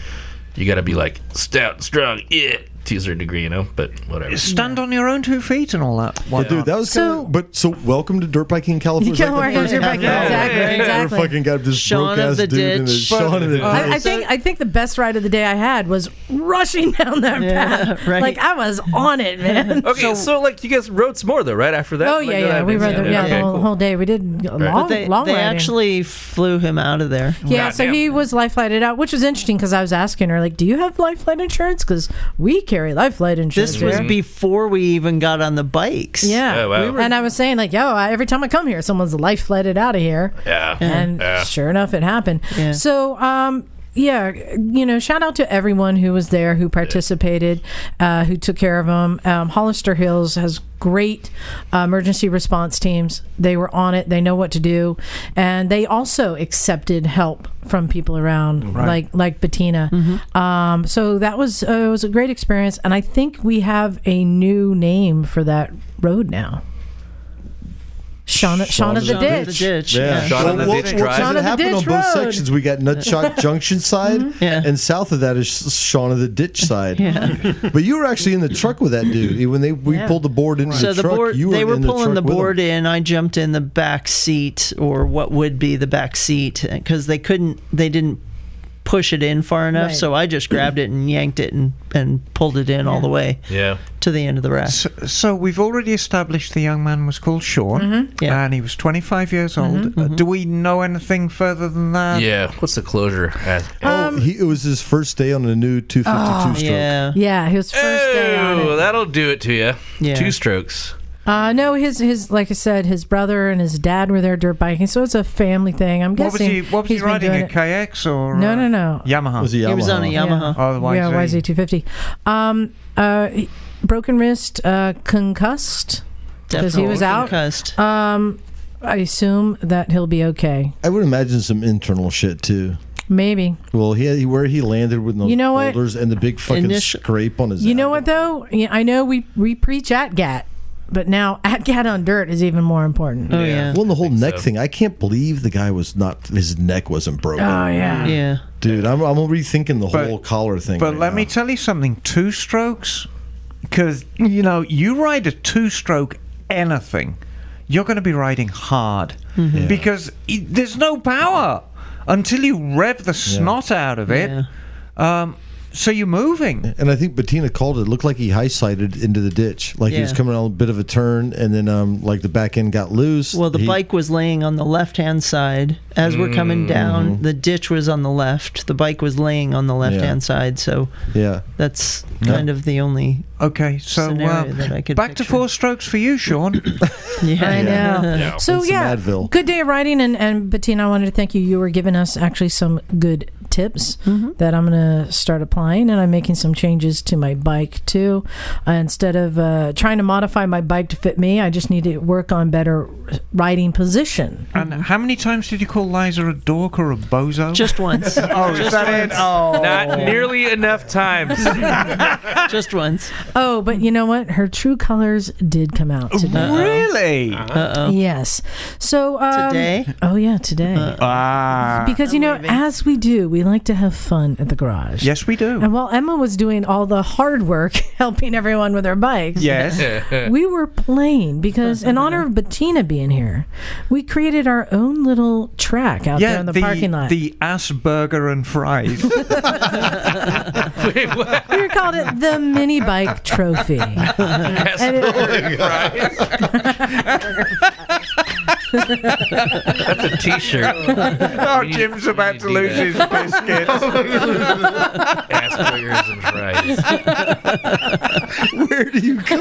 You got to be like stout, strong, yeah, to a certain degree, you know. But whatever. Stand on your own two feet and all that. Well, dude, that was so. So- but so, welcome to Dirt Biking California. You Is that can't the work as first your back. half hour? Exactly, I exactly. fucking got this Shaun of broke ass the dude and his Ditch. Shaun of the I, I ditch. think I think the best ride of the day I had was rushing down that Yeah, path. right. Like I was on it, man. Okay, so, like you guys rode some more though, right after that? Oh Like, yeah, that yeah, we makes rode the, sense. yeah, Okay, the whole, cool. whole day. We did a long, they long they riding. actually flew him out of there. yeah. So he was life flighted out, which was interesting because I was asking her like, "Do you have life flight insurance? Because we carry life flight insurance." This was here." before we even got on the bikes. yeah. Oh, wow. We were- And I was saying like, "Yo, I, every time I come here, someone's life flighted out of here." Yeah. and Yeah. sure enough it happened Yeah. so um yeah you know shout out to everyone who was there who participated uh, who took care of them um, hollister hills has great uh, emergency response teams they were on it they know what to do and they also accepted help from people around like like bettina Mm-hmm. um, so that was uh, it was a great experience and i think we have a new name for that road now Shauna, Shauna, the, Down in ditch. the ditch. Yeah, Yeah. Shaun of the Ditch Drive. Shaun of the happened Ditch on both Road. sections. We got Nutshot Junction side, Mm-hmm. Yeah. and south of that is Shaun of the Ditch side. But you were actually in the truck with that dude when they we pulled the board into So the the truck. board, you they were in pulling the, truck with him. board in. I jumped in the back seat, or what would be the back seat, because they couldn't, they didn't push it in far enough. Right. So I just grabbed it and yanked it and, and pulled it in all the way Yeah. to the end of the rack. So, so we've already established the young man was called Sean, Mm-hmm. Yeah. and he was 25 years old. Uh, do we know anything further than Uh, that? Yeah. What's the closure? Uh, Oh, Um, he, it was his first day on a new 252 stroke. Oh, Yeah. Yeah, his first day on oh, it. that'll do it to you. Yeah. Two strokes. Uh, no, his his like I said, his brother and his dad were there dirt biking, so it's a family thing. I'm What was guessing. he? What was he he's been riding? doing A it- kayaks or No, uh, no, no. Yamaha. Was He was on a Yeah. Yamaha. Oh, the YZ. Yeah, YZ 250. Um, uh, he- broken wrist, uh, concussed. Because he was out. concussed. Um, I assume that he'll be okay. I would imagine some internal shit too. Maybe. Well, he had, where he landed with those You know what? boulders and the big fucking Initial- scrape on his. You know what though? Yeah, I know we we preach at Gat, but now at Gat on dirt is even more important. oh yeah. Well, and the whole neck so. thing. I can't believe the guy was not. His neck wasn't broken, Oh yeah. Yeah. dude. I'm, I'm rethinking the But- whole collar thing. But right let now. me tell you something. Two strokes, because you know you ride a two-stroke anything, you're going to be riding hard because i there's no power until you rev the snot out of it. Yeah. Um, so you're moving. And I think Bettina called it. It looked like he high sided into the ditch, like he was Yeah. coming on a bit of a turn, and then um, like the back end got loose. Well, the He- bike was laying on the left hand side. As we're Mm-hmm. coming down, the ditch was on the left. The bike was laying on the left hand side. So Yeah. that's kind of the only. Okay, so uh, Scenario that I could back to picture. four strokes for you, Sean. Yeah. I know. So And some yeah, Advil. good day of riding, and and Bettina, I wanted to thank you. You were giving us actually some good tips that I'm gonna start applying, and I'm making some changes to my bike too. Uh, instead of uh, trying to modify my bike to fit me, I just need to work on better riding position. and how many times did you call Liza a dork or a bozo? Just once. oh, is that it? Oh, Not nearly enough times. Just once. Oh, but you know what? Her true colors did come out today. really? Yes. So um, Today? Oh yeah, today. Ah, because you know, as we do, we like to have fun at the garage. yes, we do. And while Emma was doing all the hard work, helping everyone with their bikes, Yes. we were playing because, in honor of Bettina being here, we created our own little track out there in the, parking lot. The Asperger and fries. Wait, what? we called it the mini bike trophy. And it- That's a T-shirt. oh, We need- Jim's we about need to to do lose his biscuits. Asperger's and fries. Where do you go?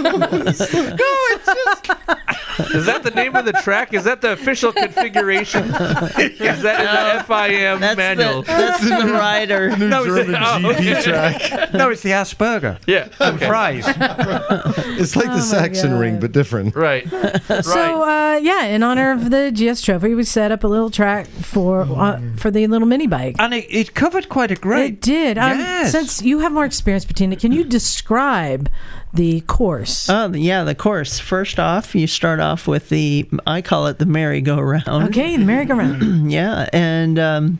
Is that the name of the track? Is that the official configuration? Is that in the FIM That's manual? the that's the rider. New is it- German oh, GP okay. track. no, it's the Asperger yeah. and fries. It's like Oh my the Saxon God. ring, but different. Right. Right. so uh, yeah, in honor of the GS trophy, we set up a little track for uh, for the little mini bike. And it, it covered quite a It great. did. Um, Yes. Since you have more experience, Bettina, can you describe the course? Uh-huh. Oh, yeah, the course. First off, you start off with the, I call it the merry-go-round. okay, the merry-go-round. Yeah. And um,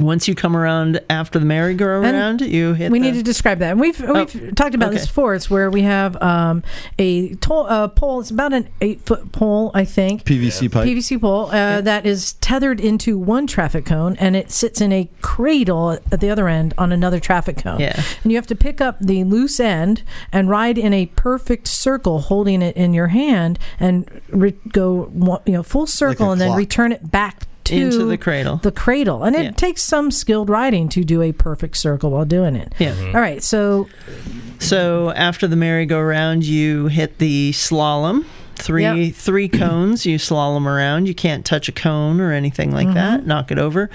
once you come around after the merry-go-round, you hit we the, need to describe that. And we've we've talked about this Oh, okay. before. It's where we have um, a tol- uh, pole. It's about an eight-foot pole, I think. PVC pipe. PVC pole uh, that is tethered into one traffic cone and it sits in a cradle at the other end on another traffic cone. Yeah. And you have to pick up the loose end and ride in a perfect circle, holding it in your hand and re- go wa- you know full circle and then clock. return it back to Into the cradle. The cradle, and it Yeah. takes some skilled riding to do a perfect circle while doing it. Yeah. Mm-hmm. All right, so So after the merry-go-round, you hit the slalom. Three Yep. three cones. You slalom around. You can't touch a cone or anything like Mm-hmm. that. Knock it over,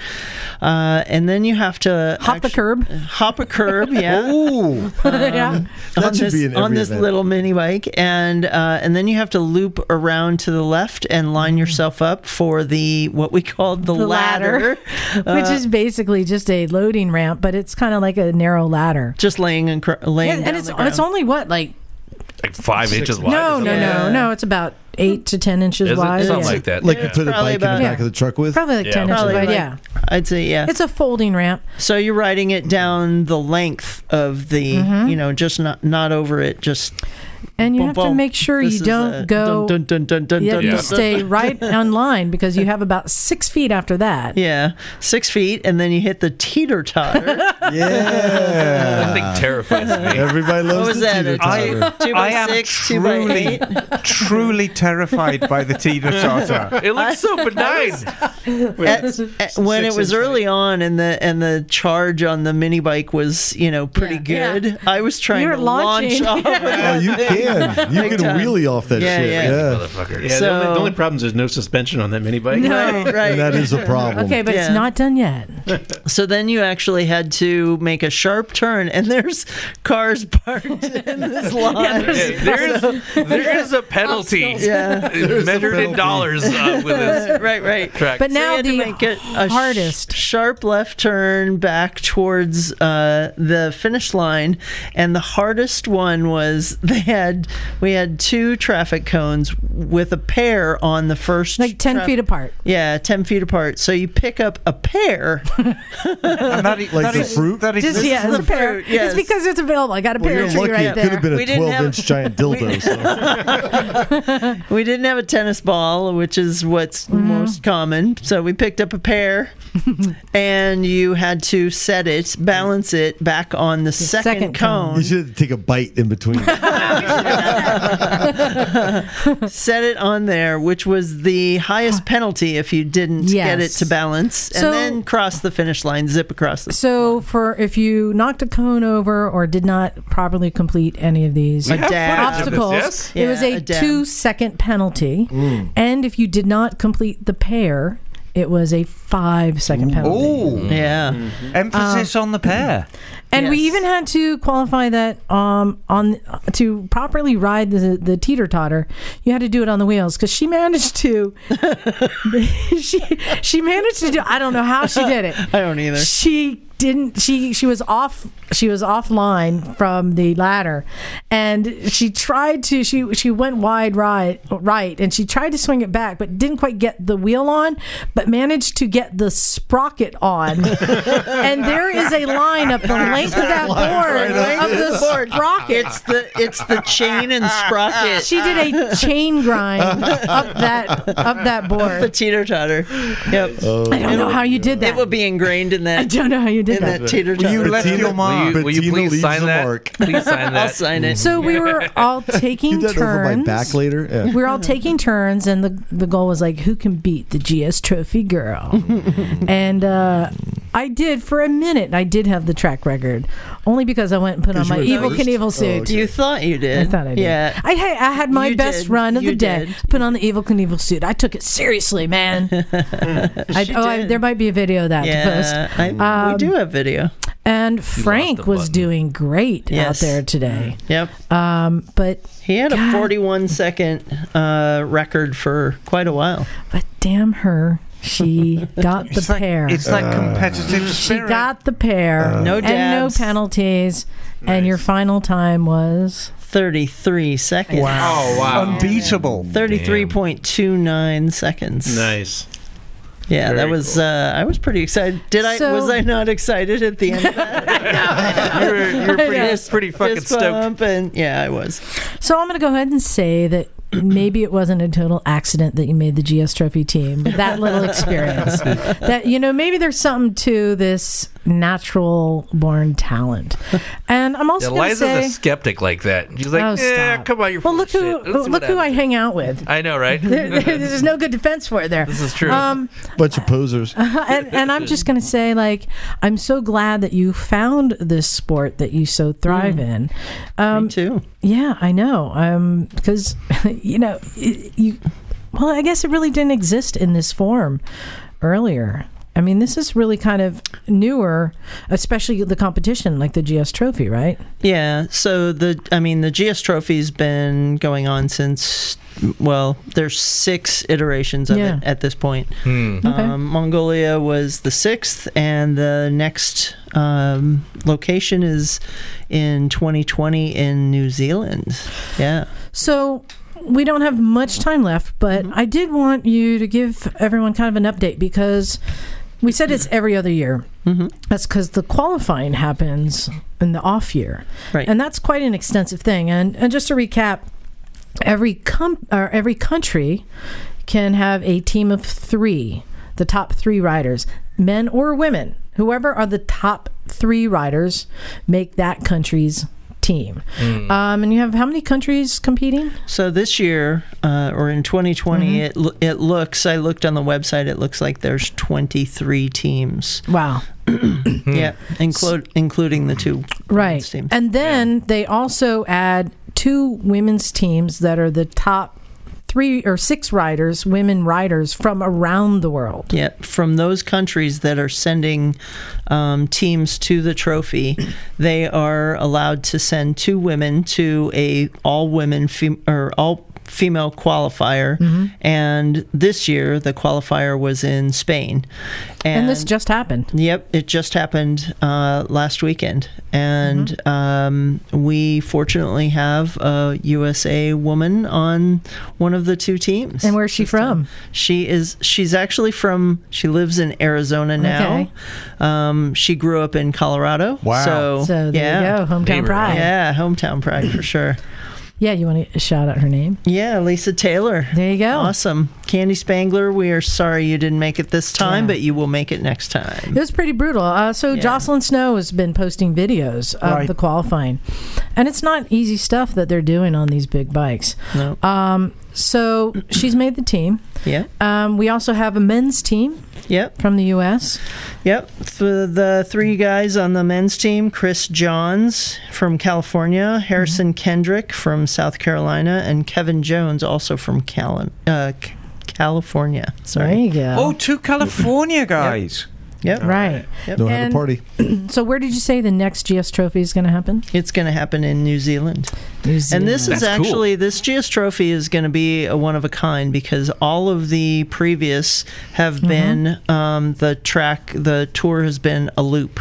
uh, and then you have to hop the actu- curb. Hop a curb. Yeah. Ooh, Um, yeah. on Oh, should this, be in on every this event. little mini bike, and uh, and then you have to loop around to the left and line yourself up for the what we called the, Mm. The ladder. ladder, Which is uh, basically just a loading ramp, but it's kind of like a narrow ladder. just laying and cr- laying. Yeah, and down it's the it's ground. only what like Like five inches wide. no no no Yeah. no it's about eight to ten inches Is it? wide. Something Yeah. like that. Like yeah. you put a probably bike in the about- back of the truck with. Probably like Yeah. ten Probably inches wide. like- yeah, I'd say yeah. it's a folding ramp. So you're riding it down the length of the, Mm-hmm. you know, just not not over it, just And you boom, have to boom. make sure This you is don't a- go. Dun, dun, dun, dun, you have dun, to dun, stay right on line because you have about six feet after that. Yeah, six feet, and then you hit the teeter totter. Yeah. That thing terrifies me. Everybody loves What was the that? teeter A totter. two I by am six, two by truly, eight. truly terrified by the teeter totter. It looks so benign. At- at- when it was early on, and the and the charge on the mini bike was, you know, pretty Yeah. good. I was trying You were to launching. launch off. Oh, you can. can. You Big can time. wheelie off that Yeah, shit. yeah. Yeah. motherfucker. Yeah, the, only, the So- only problem is there's no suspension on that mini bike. Right, right. And that is a problem. Okay, but it's Yeah. not done yet. So then you actually had to make a sharp turn, and there's cars parked in this lot. Yeah, there is there is a penalty yeah, measured in penalty. dollars uh, with this right, right. track. But So you now had the to make it a sh- hardest. sharp left turn back towards uh, the finish line, and the hardest one was they had we had two traffic cones with a pair on the first like ten traf- feet apart. Yeah, ten feet apart. So you pick up a pair. And that, like the fruit? That Just exists. yeah, is it's the a pear. fruit, yes. It's because it's available. I got a Well, pear you're tree lucky right it could there. have been We a didn't 12 have- inch giant dildo. So. We didn't have a tennis ball, which is what's Mm-hmm. most common. So we picked up a pair, and you had to set it, balance it back on the second, second cone. cone. You should take a bite in between. set it on there, which was the highest penalty if you didn't get it Yes. to balance, and So- then cross the finish line, zip across the. So for if you knocked a cone over or did not properly complete any of these A dab. footage of this, obstacles, yes? it was Yeah, a, a dab. two-second penalty, and if you did not complete the pair, it was a five-second penalty. Ooh, Yeah, Mm-hmm. emphasis Um, on the pair. And we Yes. even had to qualify that um, on to properly ride the the teeter totter. You had to do it on the wheels because she managed to. she she managed to do. I don't know how she did it. I don't either. She didn't. She she was off. She was offline from the ladder, and she tried to. She she went wide right right, and she tried to swing it back, but didn't quite get the wheel on, but managed to get the sprocket on. and there is a line up the length of that board of the sprocket. It's the it's the chain and sprocket. She did a chain grind up that up that the board. teeter totter. Yep, I don't know how you did that. it will be ingrained in I that don't know how you did in that. that teeter totter. You left your Will mark. you, will you Bettina please leaves sign a that? mark. Please sign I'll that. sign it. So we were all taking you did that over my turns. back later. Yeah. we were all taking turns, and the the goal was like, who can beat the GS Trophy girl? and uh, I did for a minute. and I did have the track record, only because I went and put on you my were evil first? Knievel Oh, suit. okay. You thought you I did. thought I did. Yeah. I had, I had my You best did. run of You the day. did. Put on the evil Knievel suit. I took it seriously, man. I, oh, I, Mm. did. there might be a video of that to post. Yeah. I, Um, we do have video. And Frank the was button. doing great out Yes. there today. Yep. Mm. Um, but He had a 41 second uh, record for quite a while. but damn her, she got the like- pair. It's that competitive Uh, she spirit. got the pair. No and no dabs. penalties. And your final time was 33 seconds. Oh, wow. Unbeatable. 33.29 seconds. Nice. Yeah, that Very was uh, I was pretty excited. Did I So- was I not excited at the end of that? You were, you were pretty, Yeah. pretty fucking Fist stoked. bump and yeah, I was. so. I'm going to go ahead and say that maybe it wasn't a total accident that you made the GS Trophy team. But that little experience, that you know, maybe there's something to this natural born talent. And I'm also going to Eliza's say, a skeptic like that. She's like, Oh, eh, stop. come on, you're well, full look who of shit. Let's see look what who I happens." hang out with. I know, right? There- there- there's no good defense for it there. this is true. Um, Bunch of posers. and, and I'm just going to say, like, I'm so glad that you found this sport that you so thrive Mm. in. Um, Me too. yeah, I know. Um, because you know, it, you. Well, I guess it really didn't exist in this form earlier. I mean, this is really kind of newer, especially the competition, like the GS Trophy, right? Yeah. So the I mean the GS Trophy's been going on since well, there's six iterations of Yeah. it at this point. Okay. Um, Mongolia was the sixth, and the next um, location is in 2020 in New Zealand. Yeah. So we don't have much time left, but I did want you to give everyone kind of an update because we said it's every other year. That's because the qualifying happens in the off year, Right. and that's quite an extensive thing. And and just to recap, every com- or every country can have a team of three, the top three riders, men or women, whoever are the top three riders, make that country's team. Um, and you have how many countries competing? So this year, uh, or in 2020, it Mm-hmm. lo- it looks. I looked on the website. It looks like there's 23 teams. Wow. Yeah, inclu- including the two Right. teams. And then they also add two women's teams that are the top three or six riders, women riders from around the world. Yeah, from those countries that are sending um, teams to the trophy, they are allowed to send two women to a all women fem- or all female qualifier. Mm-hmm. And this year, the qualifier was in Spain. And, this just happened. Yep, it just happened uh, last weekend, and Mm-hmm. um, we fortunately have a USA woman on one of the two teams. And where's she from? She is. She's actually from. She lives in Arizona now. Okay. Um, she grew up in Colorado. Wow. So, So there yeah. you go, hometown Neighbor, pride. Yeah. Yeah, hometown pride for sure. you want to shout out her name? Yeah, Lisa Taylor. There you go. Awesome. Candy Spangler, we are sorry you didn't make it this time, Yeah. but you will make it next time. It was pretty brutal. Uh, so Jocelyn Snow has been posting videos of Right. the qualifying, and it's not easy stuff that they're doing on these big bikes. No. Um, so she's made the team. Yeah. Um, we also have a men's team Yep. from the U.S. Yep. For the three guys on the men's team Chris Johns from California, Harrison Kendrick from South Carolina, and Kevin Jones, also from Cali- uh, C- California. There Sorry. you go. Oh, two California guys. Yep. right. No, have And- a party. So where did you say the next GS Trophy is going to happen? It's going to happen in New Zealand. New And this Zealand. is That's cool. actually this GS Trophy is going to be a one of a kind because all of the previous have been um, the track. The tour has been a loop.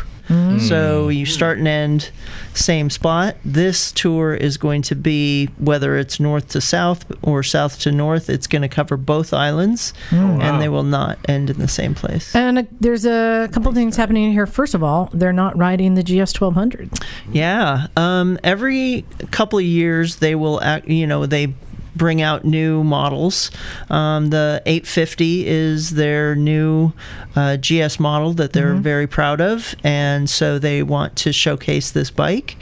So you start and end same spot. This tour is going to be whether it's north to south or south to north. It's going to cover both islands, and they will not end in the same place. And uh there's a couple things happening here. First of all, they're not riding the GS 1200. Yeah. Um, every couple of years, they will, act, you know, they bring out new models. Um, the 850 is their new uh, GS model that they're very proud of, and so they want to showcase this bike.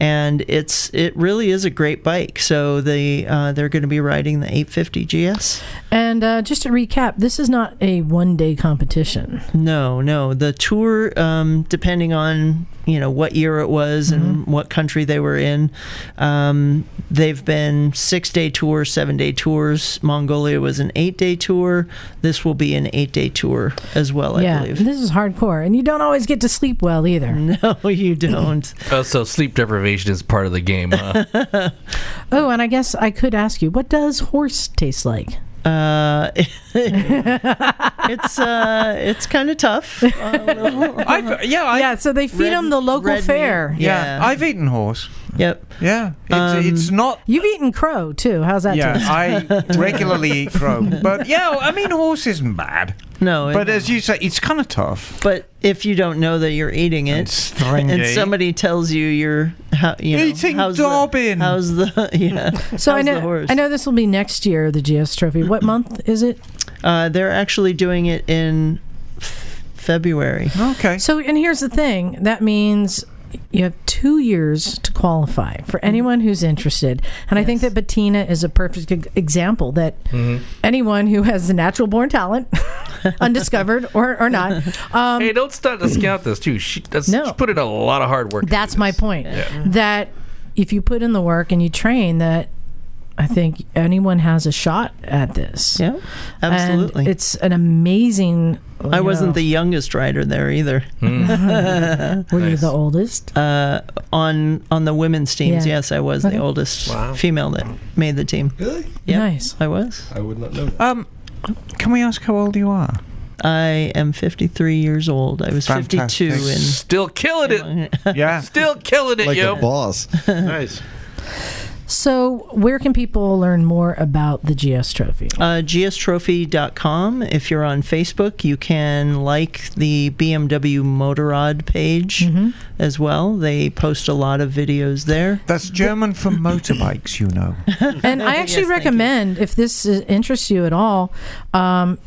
And it's it really is a great bike. So they uh, they're going to be riding the 850 GS. And uh, just to recap, this is not a one day competition. No, no. The tour, um, depending on you know what year it was and what country they were in, um, they've been six day tours, seven day tours. Mongolia was an eight day tour. This will be an eight day tour as well, I yeah, believe. Mm-hmm. this is hardcore, and you don't always get to sleep well either. No, you don't. Oh, so sleep deprivation is part of the game, huh? Oh, and I guess I could ask you, what does horse taste like? Uh, it's uh, it's kind of tough. A little. I've, yeah, I, yeah, so they feed Red- them the local red meat. fare. yeah, Yeah. I've eaten horse. Yep. Yeah, it's, it's not. You've eaten crow too. How's that Yeah, taste? I regularly eat crow, but yeah, I mean horse isn't bad. No. it- But as you say, it's kind of tough. But if you don't know that you're eating it, It's stringy. and somebody tells you you're how, you know, Eating how's Dobbin. the how's the yeah So I how's the know horse? I know this will be next year the GS Trophy. What month is it? Uh, they're actually doing it in f- February. Okay. So, and here's the thing that means you have two years to qualify for anyone who's interested. And I think that Bettina is a perfect e- example that anyone who has the natural born talent, undiscovered or, or not, um, hey, don't start to scout this too. She, that's, No. she put in a lot of hard work. that's my point. That if you put in the work and you train, that I think anyone has a shot at this. Yeah, absolutely. And it's an amazing. I wasn't the youngest rider there either. Hmm. the. Were you the oldest? Uh, on on the women's teams, Yeah. Uh-huh. yes, I was Okay. the oldest female that made the team. Really? Yeah, Nice. I was. I would not know. That. Um, can we ask how old you are? I am 53 years old. I was Fantastic. 52 in Still killing it. Yeah. Still killing it, Like yo. a boss. Nice. So, where can people learn more about the GS Trophy? Uh, gstrophy.com. If you're on Facebook, you can like the BMW Motorrad page as well. They post a lot of videos there. That's German for motorbikes, you know. And I actually Yes, thank you. uh, recommend, if this is- interests you at all, um,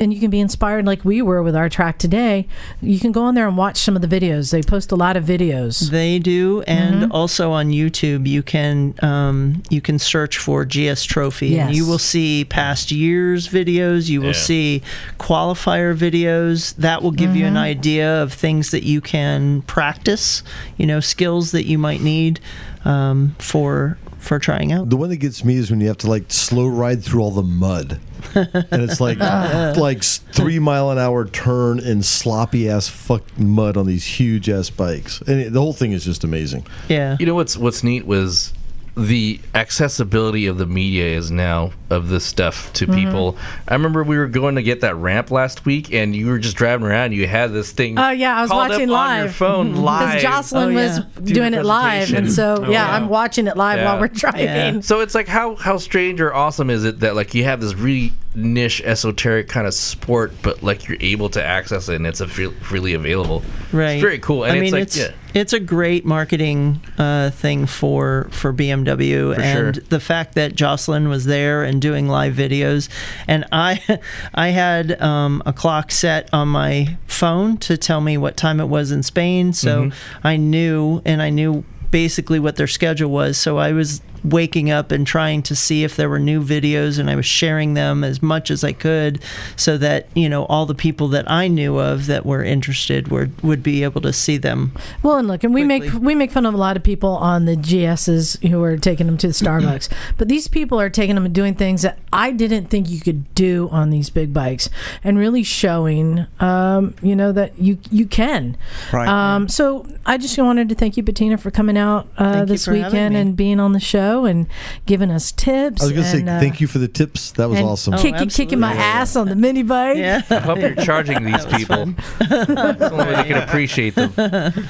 and you can be inspired like we were with our track today. You can go on there and watch some of the videos. They post a lot of videos. They do, and also on YouTube, you can um, you can search for GS Trophy, and you Yes. will see past years videos. You will see qualifier videos. That will give you an idea of things that you can practice. You know, skills that you might need um, for for trying out. The one that gets me is when you have to like slow ride through all the mud, and it's like like s- three mile an hour turn and sloppy ass fuck mud on these huge ass bikes, and it, the whole thing is just amazing. Yeah, You know what's what's neat was the accessibility of the media is now of this stuff Mm-hmm. to people. I remember we were going to get that ramp last week, and you were just driving around. and You had this thing. Oh, yeah, I was called watching up on your live. Mm-hmm. phone live. Because Jocelyn Oh, was yeah. the doing it live, and presentation. so Oh, yeah, wow. I'm watching it live Yeah. while we're driving. Yeah. So it's like how how strange or awesome is it that like you have this really niche esoteric kind of sport, but like you're able to access it and it's a free, freely available. right. It's very cool. And I mean, it's like it's yeah. it's a great marketing uh, thing for for BMW, For and sure. the fact that Jocelyn was there and doing live videos, and I I had um, a clock set on my phone to tell me what time it was in Spain, so Mm-hmm. I knew, and I knew basically what their schedule was, so I was waking up and trying to see if there were new videos and I was sharing them as much as I could so that you know all the people that I knew of that were interested were would be able to see them Well, and look, and we make Quickly. we make fun of a lot of people on the GSs who are taking them to the Starbucks, but these people are taking them and doing things that I didn't think you could do on these big bikes, and really showing, um, you know, that you you can. Right. Um, so I just wanted to thank you, Bettina, for coming out uh, Thank you this for having weekend me. and being on the show and giving us tips. I was gonna and, say uh, thank you for the tips. That was and awesome. kick- kicking my Oh, absolutely. ass on the mini bike. yeah. I hope you're charging these people. That's the only way they can appreciate them.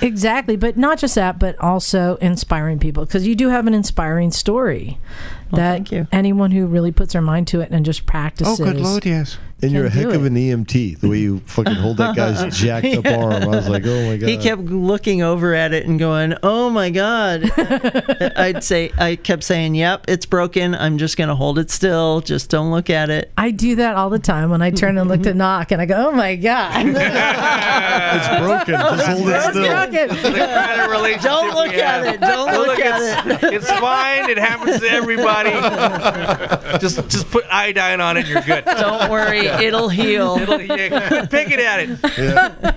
Exactly, but not just that, but also inspiring people because you do have an inspiring story that thank you. anyone who really puts their mind to it and just Oh, practices. good lord, yes. and you're a can heck do of it. an EMT. The way you fucking hold that guy's jacked up arm, I was like, oh my god. He kept looking over at it and going, "Oh my god!" I'd say I kept saying, "Yep, it's broken. I'm just gonna hold it still. Just don't look at it." I do that all the time when I turn and look to knock, and I go, "Oh my god, It's broken. Just hold it still. Knock it. Don't look at it. Don't look at it. It's fine. It happens to everybody. just just put iodine on it. You're good. Don't worry, it'll heal. It'll- yeah, quit picking at it. At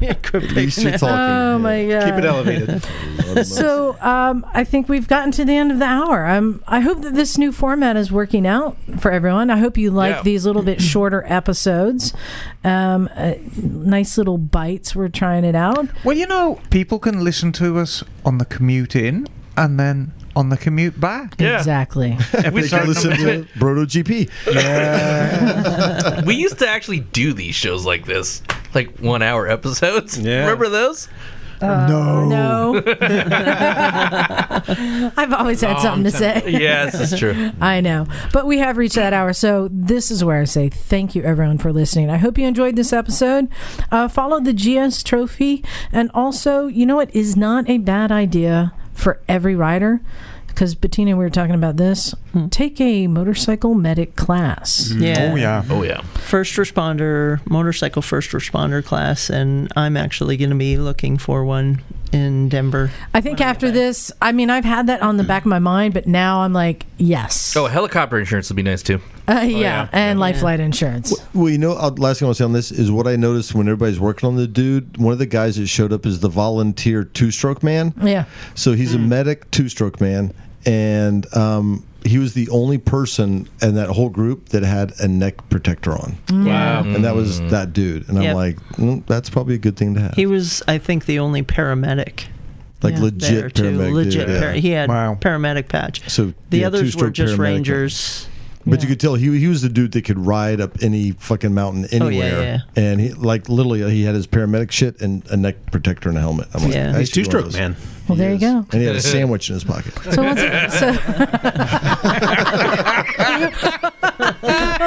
least you're talking. Oh my god!" Keep it elevated. So um, I think we've gotten to the end of the hour. Um, I hope that this new format is working out for everyone. I hope you like Yeah. these little bit shorter episodes. Um, uh, nice little bites. We're trying it out. Well, you know, people can listen to us on the commute in and then on the commute back. Yeah. Exactly. They can listen to Broto GP. We used to actually do these shows like this, like one hour episodes. Yeah. Remember those? no. No. I've always had something to say. Yes, it's true. I know. But we have reached that hour. So this is where I say thank you, everyone, for listening. I hope you enjoyed this episode. Uh, follow the GS Trophy. And also, you know, it is not a bad idea for every rider. Because Bettina, and we were talking about this. Take a motorcycle medic class. Yeah. Oh, yeah. Oh yeah. First responder, motorcycle first responder class, and I'm actually going to be looking for one in Denver. I think after this, I mean, I've had that on the back of my mind, but now I'm like, yes. Oh, helicopter insurance would be nice too. Uh, yeah. And life flight insurance. Well, you know, uh, last thing I want to say on this is what I noticed when everybody's working on the dude. One of the guys that showed up is the volunteer two-stroke man. Yeah. So he's a Hmm. medic two-stroke man, and um, he was the only person in that whole group that had a neck protector on, Wow. and that was Mm. that dude. And I'm Yep. like, mm, that's probably a good thing to have. He was, I think, the only paramedic like Yeah. there legit too. paramedic. dude, Legit, yeah. par- he had Wow. paramedic patch. So The yeah, others were two-stroke just paramedic. rangers. But Yeah. you could tell he he was the dude that could ride up any fucking mountain Oh, yeah, anywhere. yeah. And he like literally uh, he had his paramedic shit and a neck protector and a helmet. I'm like, Yeah. I He's should two be one of stroke those. man. Well, there you Yes. go. And he had a sandwich in his pocket. So once so Uh,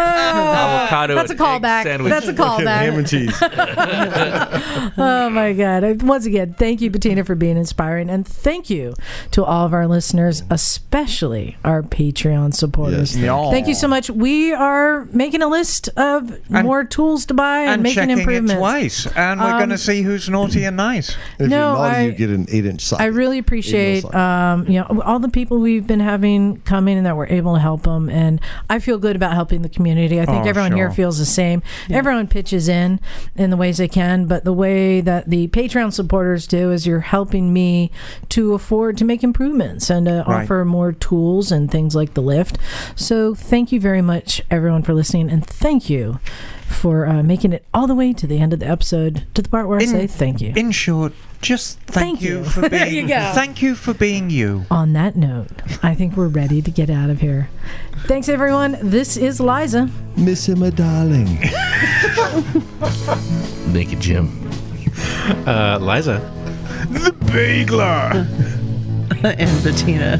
Avocado That's a and egg callback. sandwich. That's a ham and callback. cheese. Oh my God. I- Once again, thank you, Bettina, for being inspiring. And thank you to all of our listeners, especially our Patreon supporters. Yes, Y'all. Thank you so much. We are making a list of And- more tools to buy and, And making checking it improvements. twice, and we're going to see who's naughty and nice. If No, you're naughty, I- you get an eight-inch socket. I really appreciate, Sorry. um, you know, all the people we've been having come in and that we're able to help them, and I feel good about helping the community. I think Oh, everyone here sure. feels the same. Everyone pitches in in the ways they can, but the way that the Patreon supporters do is you're helping me to afford to make improvements and to Right. offer more tools and things like the lift. So thank you very much, everyone, for listening, and thank you for uh, making it all the way to the end of the episode to the part where I In- say thank you. In short, just thank, Thank you. you. for being. There you go. Thank you for being you. On that note, I think we're ready to get out of here. Thanks, everyone. This is Liza. Miss him a darling. Naked Jim. Uh, Liza. and Bettina.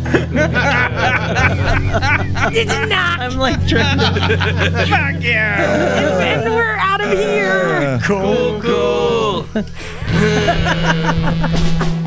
Did not. I'm like trying to And we're out of here. Cool, cool.